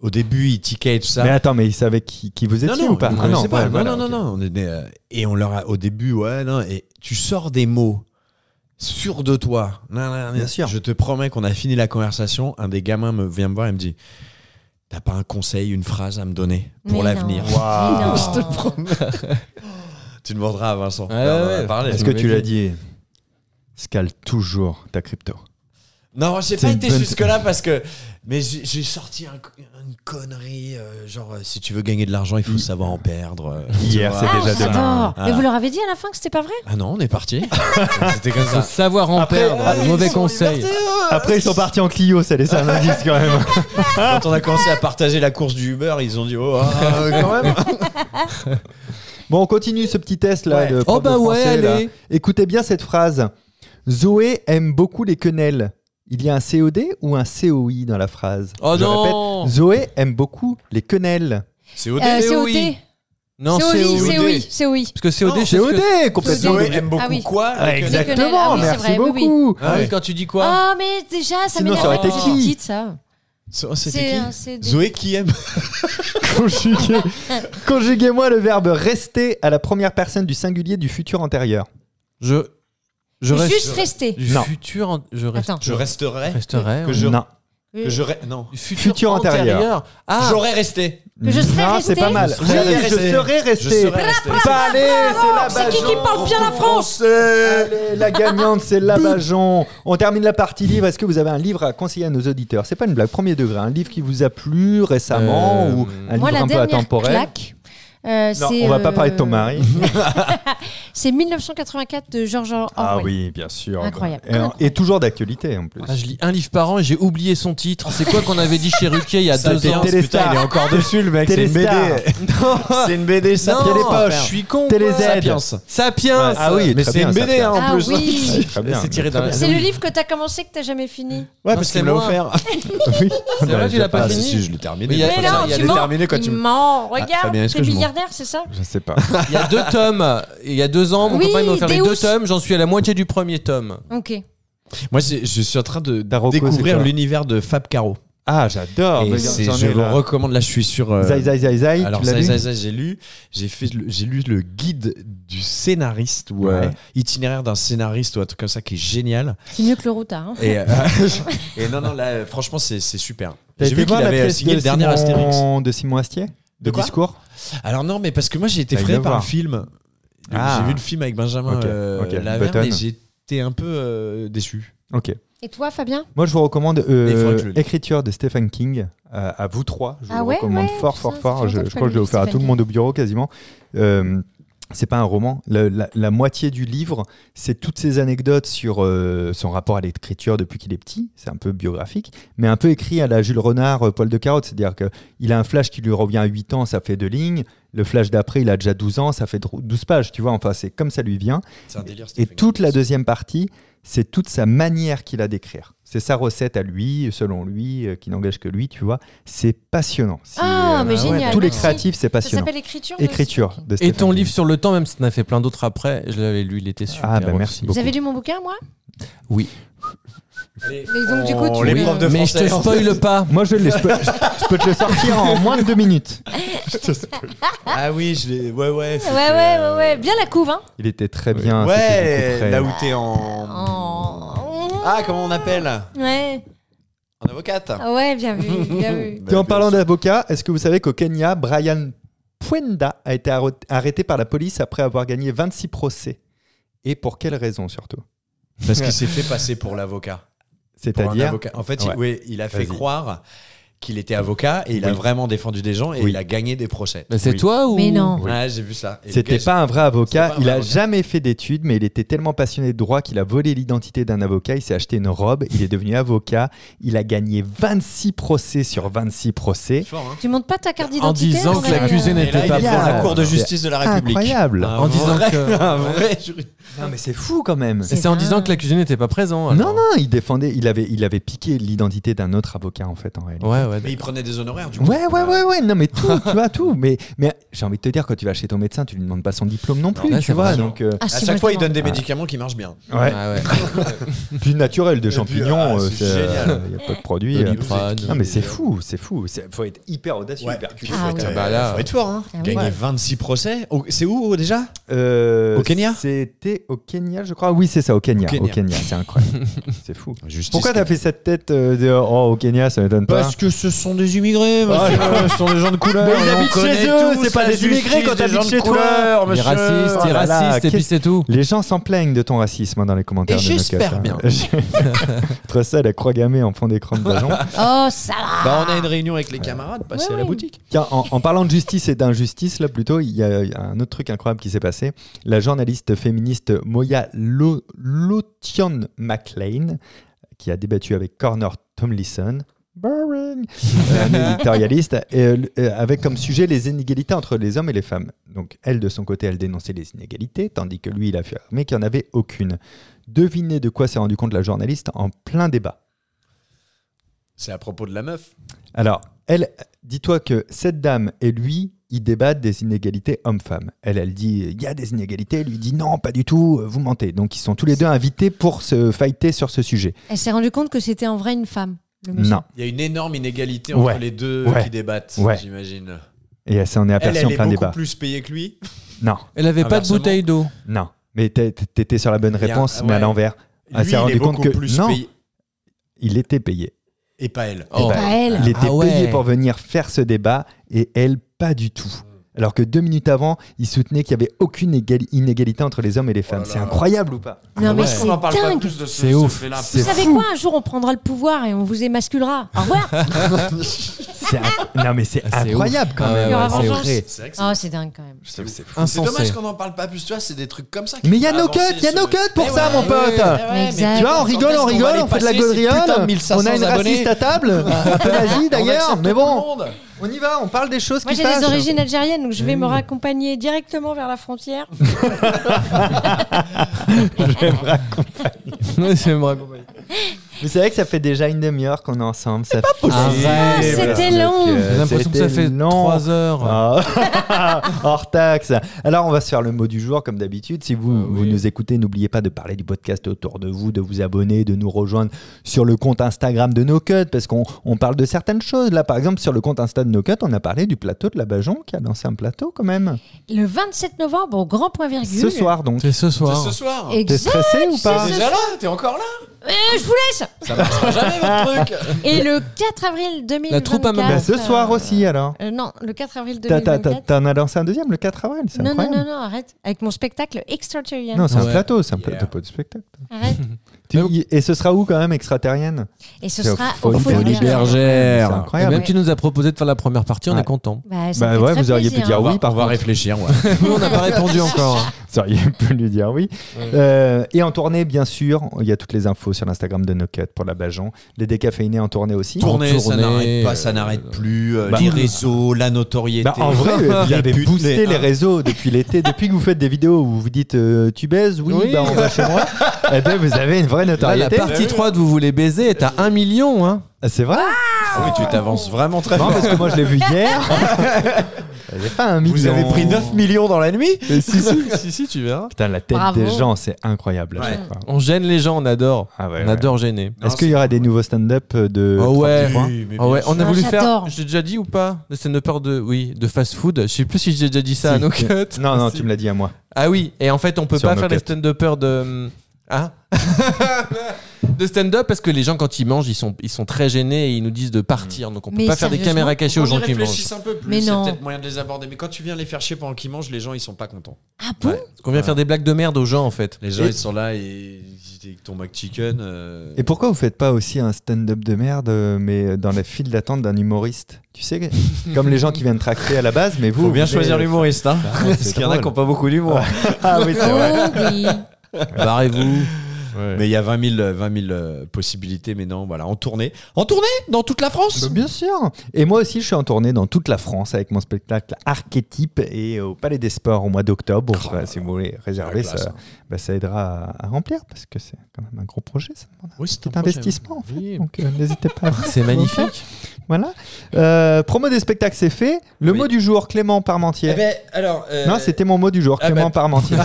C: Au début, ils tiquaient et tout ça.
B: Mais attends, mais ils savaient qui, qui vous
C: Bah. non,
B: étiez
C: non,
B: ou pas
C: ils
B: Ah
C: connaissaient pas.
B: ouais,
C: non,
B: voilà,
C: non, non,
B: ok.
C: non, on était, euh, Et on leur a, au début, ouais, non, et tu sors des mots sûr de toi. Non, non, non,
B: Bien sûr.
C: Je te promets qu'on a fini la conversation. Un des gamins me vient me voir et me dit T'as pas un conseil, une phrase à me donner pour
D: Mais
C: l'avenir
D: non. Mais non.
C: Je te promets. tu demanderas à Vincent.
E: Ouais,
C: Non, on en a
E: ouais.
C: parlé.
E: Parce
B: Est-ce
E: Je
B: que
E: me
B: tu l'as
E: l'ai
B: dit Scale toujours ta crypto.
C: Non, j'ai
B: C'est
C: pas
B: une
C: été
B: bonne-
C: jusque-là parce que. Mais j'ai j'ai sorti un- une connerie, euh, genre, euh, si tu veux gagner de l'argent, il faut savoir en perdre. euh, tu
B: Hier,
C: vois.
B: c'est
D: Ah,
B: déjà
D: j'adore.
C: Ah.
D: Mais vous leur avez dit à la fin que c'était pas vrai
C: Ah non, on est parti. C'était comme
E: Faut
C: ça.
E: savoir en
B: Après,
E: perdre.
D: ah,
B: ouais,
E: mauvais
C: euh, ils sont
E: conseil.
C: libertés, eux.
B: Après, ils sont partis en Clio, ça laisse un indice quand même.
C: Quand on a commencé à partager la course du Uber, ils ont dit Oh, ah, euh, quand même.
B: Bon, on continue ce petit test là.
C: Ouais.
B: de prof
E: Oh
B: de
E: bah ouais,
B: français, là.
E: allez.
B: Écoutez bien cette phrase. Zoé aime beaucoup les quenelles. Il y a un COD ou un COI dans la phrase
E: Oh
B: Je
E: non.
B: répète, Zoé aime beaucoup les quenelles.
C: C'est au
D: Euh,
E: mais
D: C'est
E: oui.
D: OT.
E: Non,
D: C'est
E: c'est
D: oui,
E: au-
D: c'est
C: OD.
D: oui, c'est oui.
E: Parce que COD, je sais ce que-
B: COD, complètement.
D: Zoé
C: aime beaucoup
D: Ah oui.
C: quoi euh,
B: Ouais,
D: exact. quenelles.
B: exactement,
D: Ah oui, c'est
B: merci
D: vrai, oui, oui.
B: beaucoup.
E: Ah oui,
C: Ouais.
E: quand tu dis quoi
D: Ah, mais déjà, ça
B: Sinon,
D: m'énerve.
B: ça aurait été
D: quand
B: qui
D: vous dites ça.
C: So-
D: C'est
C: C'était
D: un-
C: qui
D: c'est des-
C: Zoé qui aime.
B: Conjuguez- Conjuguez-moi le verbe rester à la première personne du singulier du futur antérieur.
E: Je. Je reste.
D: Juste rester.
E: Du
B: Non.
E: futur. en- Je reste.
D: Attends.
C: Je resterai.
E: resterai.
C: Que
E: ouais.
C: je-
B: Non.
C: Que je re- Non.
E: Du Futur,
B: Futur antérieur.
E: Ah
C: J'aurais resté.
D: Que je serais
B: non, c'est
D: resté
B: pas mal.
C: Je serais
B: Oui,
C: resté.
B: je serais
C: Je
B: resté.
C: serais resté.
B: Bah, allez, c'est la
D: C'est qui qui parle bien la France
B: Allez, la gagnante, c'est Labajon. On termine la partie livre. Est-ce que vous avez un livre à conseiller à nos auditeurs C'est pas une blague, premier degré. Un livre qui vous a plu récemment
E: Euh,
B: ou un livre
D: Moi, la
B: un peu
D: dernière
B: intemporel
D: claque. euh,
B: Non,
D: c'est,
B: on va pas
D: euh,
B: parler de ton mari.
D: C'est 1984 de George Orwell.
B: Ah oui, bien sûr.
D: Incroyable.
B: Et, et toujours d'actualité en plus.
E: Ah, je lis un livre par an et j'ai oublié son titre. C'est quoi qu'on avait dit chez Ruquier il y a
B: Ça,
E: deux
B: c'est
E: ans
B: Téléstar.
C: Putain, il est encore dessus, le mec. C'est une
B: Téléstar.
C: BD. C'est une BD, ça.
E: Non,
C: Pierre
E: je suis con.
B: Télé Z.
E: Sapiens. Sapiens.
B: Ouais, ah oui,
C: mais
B: très
C: c'est
B: bien,
C: une
B: ça,
C: BD
B: Pierre.
C: hein, en
D: Ah
C: plus.
D: oui.
B: Très bien.
E: C'est tiré d'un.
C: Ah
D: C'est le livre que t'as commencé que t'as jamais fini.
C: Ouais,
E: Non,
C: parce
E: c'est
C: qu'il me l'a
E: moi.
C: offert.
B: Oui, on
E: C'est
B: avait
E: vrai, tu l'as
B: déjà
E: pas
B: parlé.
E: fini.
C: si, je l'ai terminé.
E: Mais il y a-
D: Mais non,
C: il y a
D: tu
C: des
D: mens.
C: terminés quand
D: Il
C: tu me-
D: ment.
C: Ah,
D: Regarde,
C: Fabien, est-ce
D: t'es
C: que je mens
D: milliardaire, c'est ça
B: Je sais pas.
E: Il y a deux tomes. Il y a deux ans, mon
D: Oui,
E: copain il m'a offert les
D: Deus.
E: deux tomes. J'en suis à la moitié du premier tome.
D: Ok.
C: Moi, c'est- je suis en train de
B: Taroko, c'est
C: découvrir
B: quoi
C: l'univers de Fab Caro.
B: Ah, j'adore.
C: et
B: mais
C: c'est-
B: j'en ai
C: je le
B: là.
C: recommande. Là, je suis sur. euh,
B: Zai, zai, zai, zai,
C: alors,
B: tu l'as
C: Zai,
B: lu
C: Zai, Zai, j'ai lu. J'ai fait, le- j'ai lu le guide du scénariste ou euh,
B: Ouais.
C: itinéraire d'un scénariste ou un truc comme ça qui est génial.
D: C'est mieux que le routard. hein.
C: Et, euh, et non, non, là, euh, franchement, c'est c'est super.
B: T'as
C: J'ai
B: été
C: vu qu'il
B: voir la
C: avait euh,
B: pièce
C: signé
B: de
C: le dernier
B: Simon-
C: Astérix.
B: de Simon Astier
C: De
B: Le
C: quoi
B: discours
C: Alors non, mais parce que moi j'ai été
B: T'as
C: frais
B: été
C: par
B: voir.
C: le film.
B: Ah.
C: J'ai vu le film avec Benjamin
B: Ok,
C: euh,
B: ok,
C: Laverne
B: Button.
C: et j'étais un peu euh, déçu.
B: Ok.
D: Et toi, Fabien
B: Moi, je vous recommande euh,
C: Il faudrait que je le lise.
B: Écriture de Stephen King euh, à vous trois. Je vous
D: Ah
B: le
D: ouais,
B: recommande
D: ouais,
B: fort,
D: putain,
B: fort,
D: ça
B: fort.
D: fait
B: Je,
D: longtemps que
B: je
D: je
B: crois que je
D: l'ai
B: l'ai
D: lu,
B: offert à tout
D: Stephen
B: le monde au bureau quasiment. Euh, c'est pas un roman. Le- la, la moitié du livre, c'est toutes ces anecdotes sur euh, son rapport à l'écriture depuis qu'il est petit. C'est un peu biographique, mais un peu écrit à la Jules Renard, euh, poil de carotte. C'est-à-dire que il a un flash qui lui revient à 8 ans, ça fait deux lignes. Le flash d'après, il a déjà 12 ans, ça fait dro- 12 pages, tu vois. Enfin, c'est comme ça lui vient.
C: C'est un délire.
B: Et
C: Stephen
B: toute la
C: King.
B: deuxième partie, c'est toute sa manière qu'il a d'écrire. C'est sa recette à lui, selon lui, euh, qui n'engage que lui, tu vois. C'est passionnant. C'est, euh,
D: Ah, mais génial,
B: Tous les
D: merci.
B: créatifs, c'est
D: Ça
B: passionnant.
D: s'appelle écriture. de-
B: Écriture de
E: Et
B: Stephen
E: ton
B: King.
E: livre sur le temps, même si t'en as fait plein d'autres après, je l'avais lu, il était super.
B: Ah, bah,
E: aussi.
B: merci
D: Vous avez lu mon bouquin, moi
E: Oui.
D: Mais donc, du coup,
C: Oh,
D: tu
C: les
D: me-
C: profs de
E: Mais je
C: français.
E: te spoil pas.
B: Moi, je, l'ai- je peux, je peux te le sortir en moins de deux minutes.
C: Ah oui, je l'ai. Ouais,
D: Ouais,
C: ouais.
D: ouais, ouais, ouais. Bien la couve, hein
B: Il était très bien. Ah, c'était beaucoup
C: Ouais,
B: près.
C: là où t'es en.
D: Oh.
C: Ah, comment on appelle
D: Ouais,
C: En avocate. Bah,
D: Ah ouais, bien vu, bien vu.
B: Et en parlant d'avocat, est-ce que vous savez qu'au Kenya, Brian Puenda a été arro- arrêté par la police après avoir gagné 26 procès Et pour quelle raison surtout
C: Parce qu'il s'est fait passer pour l'avocat. Pour un
B: C'est-à-dire
C: avocat. En fait,
B: Ouais.
C: il, oui, il a fait
B: Vas-y.
C: croire qu'il était avocat et il a
B: Oui.
C: vraiment défendu des gens et
B: Oui.
C: il a gagné des procès.
E: Bah, c'est
B: Oui.
E: toi ou
D: Mais non.
C: Ah, j'ai vu ça. Et le
B: C'était
C: gars,
B: pas un vrai
C: C'était
B: avocat,
C: pas un
B: il
C: vrai
B: a
C: avocat.
B: jamais fait d'études, mais il était tellement passionné de droit qu'il a volé l'identité d'un avocat, il s'est acheté une robe, il est devenu avocat, il a gagné 26 procès sur 26
C: c'est
B: procès.
C: fort, hein.
D: Tu montes pas ta carte
E: En
D: d'identité hein,
E: disant que
D: Aurélien
E: l'accusé
C: Et là,
E: n'était
C: il
E: pas
C: est devant
B: bien.
E: pour
C: la Cour de justice de la République. Ah.
B: Incroyable
C: Un
E: Ah, En disant
B: Ah,
C: vrai-
E: que-
C: un vrai jury.
B: Non mais c'est fou quand même
E: Et c'est en disant que l'accusé n'était pas présent. alors.
B: Non, non, il défendait, il avait, il avait piqué l'identité d'un autre avocat en fait en réalité.
E: Ouais, ouais.
C: Mais il prenait des honoraires, du coup.
B: Ouais, ouais, ouais, ouais, non, mais tout, tu vois, tout. Mais, mais j'ai envie de te dire, quand tu vas chez ton médecin, tu lui demandes pas son diplôme non plus,
E: là,
B: tu
E: c'est
B: vois.
E: vrai.
B: Donc, euh,
D: Ah,
C: À
D: si, moi,
C: chaque
D: je
C: fois, il
D: demande.
C: donne des médicaments qui marchent bien.
B: ouais.
E: Ah ouais.
B: Puis naturel, de
C: puis,
B: champignons,
C: ah,
B: euh, c'est
C: c'est génial.
B: Il n'y a pas de produit. euh.
E: Doliprane.
B: Non, mais c'est fou, c'est fou. Il faut être hyper audacieux.
C: Ouais,
B: hyper
C: puis
B: curieux.
D: Ah
C: faut,
D: ouais.
C: être, euh,
E: Bah là,
C: faut être fort, hein.
D: Ah oui.
C: Gagner
D: Ouais.
C: 26 procès. Au- C'est où oh, déjà
B: Euh,
C: Au Kenya
B: C'était au Kenya, je crois. Oui, c'est ça, au Kenya.
C: Au Kenya.
B: Au Kenya, c'est incroyable. c'est fou.
C: Justice.
B: Pourquoi t'as fait cette tête euh, de oh au Kenya ça m'étonne pas
F: Parce que ce sont des immigrés,
B: Ah,
F: monsieur. ce sont des gens de couleur.
B: Mais ils
F: on
B: habitent
F: connaît
B: chez eux,
F: tous
B: c'est pas
F: la
B: des immigrés
F: justice
B: quand
F: des
B: t'habites
F: gens de
B: chez toi.
F: couleur,
E: Il est
F: monsieur.
E: raciste, il
B: Oh
E: est
B: là là,
E: raciste, et puis
B: qu'est-ce-
E: c'est tout.
B: Les gens s'en plaignent de ton racisme hein, dans les commentaires.
C: Et
B: de nos
C: j'espère
B: cuts, hein.
C: bien.
B: Entre ça et la croix gammée en fond d'écran de Bajon.
D: Oh, ça va
F: Bah, on a une réunion avec les camarades, passez
D: Ouais,
F: à la
D: ouais.
F: boutique.
B: Tiens, en, en parlant de justice et d'injustice, là plutôt, il y a un autre truc incroyable qui s'est passé. La journaliste féministe Moya Lo- Lotion McLean, qui a débattu avec Connor Tomlinson, boring, euh, un éditorialiste, et, euh, euh, avec comme sujet les inégalités entre les hommes et les femmes. Donc elle, de son côté, elle dénonçait les inégalités, tandis que lui, il affirmait qu'il n'y en avait aucune. Devinez de quoi s'est rendu compte la journaliste en plein débat.
C: C'est à propos de la meuf.
B: Alors, elle, dis-toi que cette dame et lui, ils débattent des inégalités hommes-femmes. Elle, elle dit, il y a des inégalités. Lui dit, non, pas du tout, euh, vous mentez. Donc, ils sont tous les deux invités pour se fighter sur ce sujet.
D: Elle s'est rendue compte que c'était en vrai une femme, le monsieur.
B: Non.
C: Il y a une énorme inégalité entre
B: Ouais.
C: les deux
B: Ouais.
C: qui débattent,
B: Ouais.
C: j'imagine.
B: Et elle s'en est
C: Elle,
B: aperçue
C: elle
B: en
C: est
B: plein
C: beaucoup
B: débat.
C: plus payée que lui.
B: Non,
E: Elle avait pas de
C: Inversement.
E: bouteille d'eau.
B: non. Mais t'es- t'étais sur la bonne
C: y a-
B: réponse, mais à
C: Ah ouais.
B: l'envers. Elle
C: lui,
B: s'est
C: il
B: rendu
C: est
B: compte que-
C: beaucoup plus
B: non.
C: payé.
B: Il était payé. Eh ben,
C: Et pas elle.
E: Oh.
D: Pas elle.
B: Il était
E: Ah ouais.
B: payé pour venir faire ce débat et elle, pas du tout. Alors que deux minutes avant, il soutenait qu'il n'y avait aucune égali- inégalité entre les hommes et les femmes.
C: Oh là
B: C'est
C: là.
B: incroyable ou pas
D: Non, mais
C: Est-ce
D: c'est
C: qu'on en parle pas
D: dingue.
C: plus de ce,
E: C'est
C: ce
E: ouf.
C: fait-là
D: Vous
B: C'est
D: savez
B: fou.
D: quoi Un jour, on prendra le pouvoir et on vous émasculera. Au revoir.
B: C'est inc- Non, mais c'est
E: Ah, c'est
B: incroyable
E: ouf.
B: quand
E: Ah
B: même.
E: ouais,
D: Il y aura
E: ouais, c'est
D: vengeance.
E: vrai.
C: C'est vrai que c'est-
D: Oh, c'est dingue quand même.
C: c'est ouf. C'est
E: Insensé.
C: dommage qu'on n'en parle pas plus, tu vois, c'est des trucs comme ça. qui
B: Mais il y a
C: font
B: nos
C: avancer
B: cuts, il y a
C: ce-
B: nos cuts pour
C: Mais
B: ça,
C: ouais,
B: mon
C: ouais,
B: pote.
C: ouais, ouais, mais-
D: Exact.
B: Tu vois, on rigole,
C: Quand
B: on
C: est-ce qu'on va
B: rigole,
C: les
B: on fait de la
C: passer, ces
B: gaudriole.
C: putains de
B: On
C: 1500
B: a une raciste
C: abonnés Ah.
B: à table, un peu nazie d'ailleurs,
C: accepte
B: mais
C: tout
B: bon,
C: le monde.
B: on y va, on parle des choses
D: Moi,
B: qui
D: j'ai des
B: fâchent.
D: origines algériennes, donc je vais me raccompagner directement vers la frontière.
E: Ouais, c'est vrai.
B: Vous savez que ça fait déjà une demi-heure qu'on est ensemble. C'est pas
D: Ah,
E: Arrête.
D: c'était long.
E: J'ai l'impression que ça fait
B: long.
E: 3 heures.
B: Ah. Hors taxe. Alors, on va se faire le mot du jour, comme d'habitude. Si vous,
C: Ah
B: vous nous écoutez, n'oubliez pas de parler du podcast autour de vous, de vous abonner, de nous rejoindre sur le compte Instagram de No Cut, parce qu'on on parle de certaines choses. Là, par exemple, sur le compte Insta de No Cut, on a parlé du plateau de la Bajon, qui a lancé un plateau quand même.
D: Le 27 novembre, au grand point virgule.
B: Ce soir, donc.
E: C'est ce
C: C'est
E: soir.
C: ce soir.
B: T'es
D: Exact.
B: stressé ou
D: Ah, c'est
B: pas
D: ce
C: Déjà là, t'es encore là.
D: Euh, je vous laisse.
C: Ça marchera jamais votre truc.
D: Et le 4 avril 2024.
E: La troupe à Maman.
B: Bah, Ce soir aussi, alors.
D: euh, non, le 4 avril
B: T'as- t'as-
D: 2024.
B: t'as- T'en as lancé un deuxième le 4 avril, c'est
D: non, non,
B: incroyable.
D: non, non, arrête. Avec mon spectacle Extraterrian.
B: Non, c'est un
E: Ouais.
B: plateau, c'est un plateau,
C: Yeah.
B: pas de spectacle.
D: Arrête.
B: Tu- Et ce sera où quand même, extraterrienne
D: Et ce
B: C'est
D: sera
B: au
D: au
B: Folie Bergère.
D: Folie
B: C'est
F: Bergère.
E: Et
B: incroyable.
E: même tu nous as proposé de faire la première partie, on
B: Ouais.
E: est content.
D: Bah, ça
B: Bah
D: me fait
B: ouais,
D: très
B: vous auriez pu
D: plaisir.
B: dire oui,
C: On
B: par
C: va
B: contre.
C: réfléchir, ouais.
E: Nous, on n'a pas répondu encore. hein.
B: auriez pu lui dire oui. Euh, et en tournée, bien sûr, il y a toutes les infos sur l'Instagram de No Cut pour la Bajon. Les décaféinés en tournée aussi.
C: Tourner, ça
E: tournée,
C: n'arrête pas, ça
E: euh,
C: n'arrête plus. euh,
B: bah,
C: les réseaux, la notoriété.
B: Bah, en vrai, euh, vous
C: La
B: avez
C: pute,
B: boosté
C: mais,
B: les
C: hein.
B: réseaux depuis l'été. Depuis que vous faites des vidéos où vous dites euh, tu baises, oui,
E: Oui.
B: bah, on va chez moi, eh ben, vous avez une vraie
E: Là, la
B: notoriété.
E: partie 3 de Vous voulez baiser est à 1 million. Hein.
B: Ah, C'est vrai
C: Ah oui, tu t'avances vraiment très
B: Non,
C: fort.
B: parce que moi je l'ai vu hier. J'ai pas un million.
C: Vous avez pris 9 millions dans la nuit
B: Mais si, si.
E: si, si, tu verras.
B: Putain, la tête
D: Bravo.
B: des gens, c'est incroyable. à
C: Ouais.
B: chaque fois.
E: On gêne les gens, on adore.
B: Ah ouais,
E: on
B: ouais.
E: adore gêner.
B: Est-ce qu'il y aura des nouveaux stand-up de.
E: Oh ouais.
B: 30 points
C: mais
E: Ah ouais, on a
D: Ah,
E: voulu faire.
D: j'adore.
E: J'ai déjà dit ou pas Le stand peur de, oui, de fast-food. Je sais plus si j'ai déjà dit ça à
B: Si.
E: No Cut.
B: Non, non,
E: Si.
B: tu me l'as dit à moi.
E: Ah oui, et en fait, on peut
B: Sur
E: pas
B: No
E: faire
B: Cut.
E: les stand-uppers de. hum, Hein de stand-up parce que les gens quand ils mangent ils sont, ils sont très gênés et ils nous disent de partir donc on peut
D: Mais
E: pas faire des
D: sérieusement,
E: caméras cachées aux gens qui mangent.
C: un peu plus.
D: Mais
C: c'est
D: non.
C: peut-être moyen de les aborder. Mais quand tu viens les faire chier pendant qu'ils mangent, les gens ils sont pas contents.
D: Ah bon
E: On vient faire des blagues de merde aux gens en fait.
C: Les gens
E: Et-
C: ils sont là et ils ils tombent avec chicken. euh,
B: Et pourquoi vous faites pas aussi un stand-up de merde, euh, mais dans la file d'attente d'un humoriste Tu sais, comme les gens qui viennent tracter à la base, mais vous.
C: Faut bien
B: vous
C: choisir
B: voulez-
C: l'humoriste, hein.
B: Ah, c'est
C: Parce qu'il y en a
B: drôle.
C: qui n'ont pas beaucoup d'humour.
B: Ah oui, c'est vrai.
D: Oh oui.
E: Barrez-vous.
C: Mais il y a 20 000, euh, 20 000 euh, possibilités maintenant, voilà, en tournée. En tournée Dans toute la France
B: Bah, Bien sûr. Et moi aussi, je suis en tournée dans toute la France avec mon spectacle Archétype et au Palais des Sports au mois d'octobre.
C: Oh
B: Enfin, si vous voulez réserver,
C: la classe,
B: ça,
C: hein.
B: bah, ça aidera à, à remplir parce que c'est quand même un gros projet, ça demande un
C: Oui, c'est
B: petit investissement. en fait.
E: Oui.
B: Donc euh, n'hésitez pas. à-
E: C'est magnifique.
B: Voilà. Euh, promo des spectacles, c'est fait. Le
C: Oui. Eh
B: mot du jour, Clément Parmentier.
F: Eh ben, alors, euh,
D: Euh,
B: Non, c'était mon mot du jour,
F: ah
B: Clément
D: bah,
F: ben-
B: Parmentier.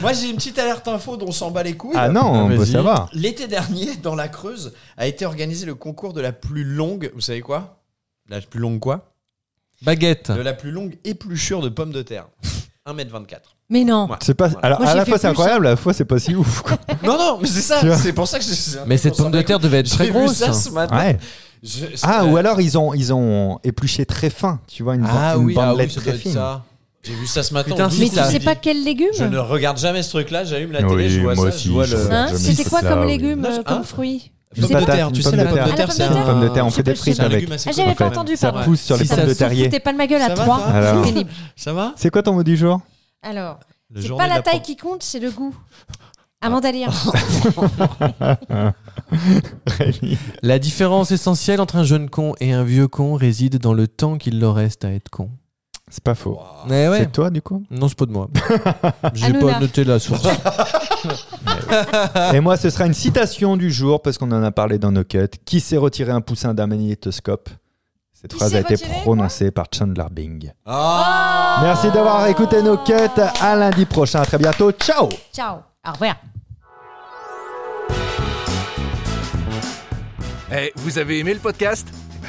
F: Moi, j'ai une petite alerte info dont on s'en bat les couilles.
B: ah non, on peut
E: Vas-y.
B: savoir.
F: L'été dernier, dans la Creuse, a été organisé le concours de la plus longue. Vous savez quoi La plus longue quoi
E: Baguette.
F: De la plus longue épluchure de pommes de terre. 1m24.
D: Mais non.
B: C'est pas.
F: Voilà.
B: Alors
D: Moi,
B: à
D: j'ai
B: la
D: fait
B: fois c'est
D: plus.
B: incroyable, à la fois c'est pas si ouf. quoi.
F: Non, non, mais c'est
B: Tu vois.
F: ça. C'est pour ça que je.
E: Mais cette pomme de terre devait être très
F: J'ai vu
E: grosse. hein.
F: ça ce matin.
B: Ouais.
F: Je-
B: Ah
F: euh,
B: ou alors ils ont ils ont épluché très fin, tu vois une, ban-
D: Ah
F: Ah
B: une bandelette très fine.
F: J'ai vu ça ce matin.
E: Putain,
F: en
E: si,
D: Mais
F: douze,
D: tu
E: ça-
F: je
D: sais
F: me
D: pas
F: dis,
D: quel légume
F: Je ne regarde jamais ce truc-là. J'allume la télé, je vois ça, je vois le.
D: Hein
B: J'aime
D: C'était
B: ça,
D: quoi comme
B: oui.
D: légume,
F: Non,
D: euh,
F: hein
D: comme fruit Je
F: Une
D: sais
F: pomme de
D: pas.
F: terre, tu
B: Une
F: sais, la
B: pomme de
F: pomme de terre,
B: terre.
D: Ah, la
F: c'est un.
D: pomme de terre.
B: Pommes de terre, on
D: Je
B: fait des
D: sais pas,
B: frites
D: c'est un
B: avec.
D: Ah, j'avais pas
B: Ouais.
D: entendu,
B: Ça
D: pardon.
B: pousse sur les
E: Si
B: pommes
E: ça
B: de
E: se
B: terrier.
D: C'était pas le ma gueule à
F: Ça va,
D: 3.
F: toi
B: Alors.
D: C'est pénible.
F: Ça va
B: C'est quoi ton mot du jour
D: Alors,
F: Le
D: c'est
F: jour
D: pas
F: de
D: la taille
F: pomme.
D: qui compte, c'est le goût. Oh, Amandalire.
E: La différence essentielle entre un jeune con et un vieux con réside dans le temps qu'il leur reste à être con.
B: C'est pas faux.
F: Ah.
E: Mais
B: C'est toi du coup
E: Non, c'est pas de moi. J'ai
D: Hanouna.
E: pas noté la source.
D: Ah.
B: Et moi, ce sera une citation du jour parce qu'on en a parlé dans nos cuts. Qui s'est retiré un poussin d'un magnétoscope Cette
D: Qui
B: phrase a
D: s'est
B: été
D: retiré,
B: prononcée par Chandler Bing.
D: Oh
B: Merci d'avoir écouté nos cuts. À lundi prochain. À très bientôt. Ciao
D: Ciao. Au revoir.
A: Eh, vous avez aimé le podcast Eh ben,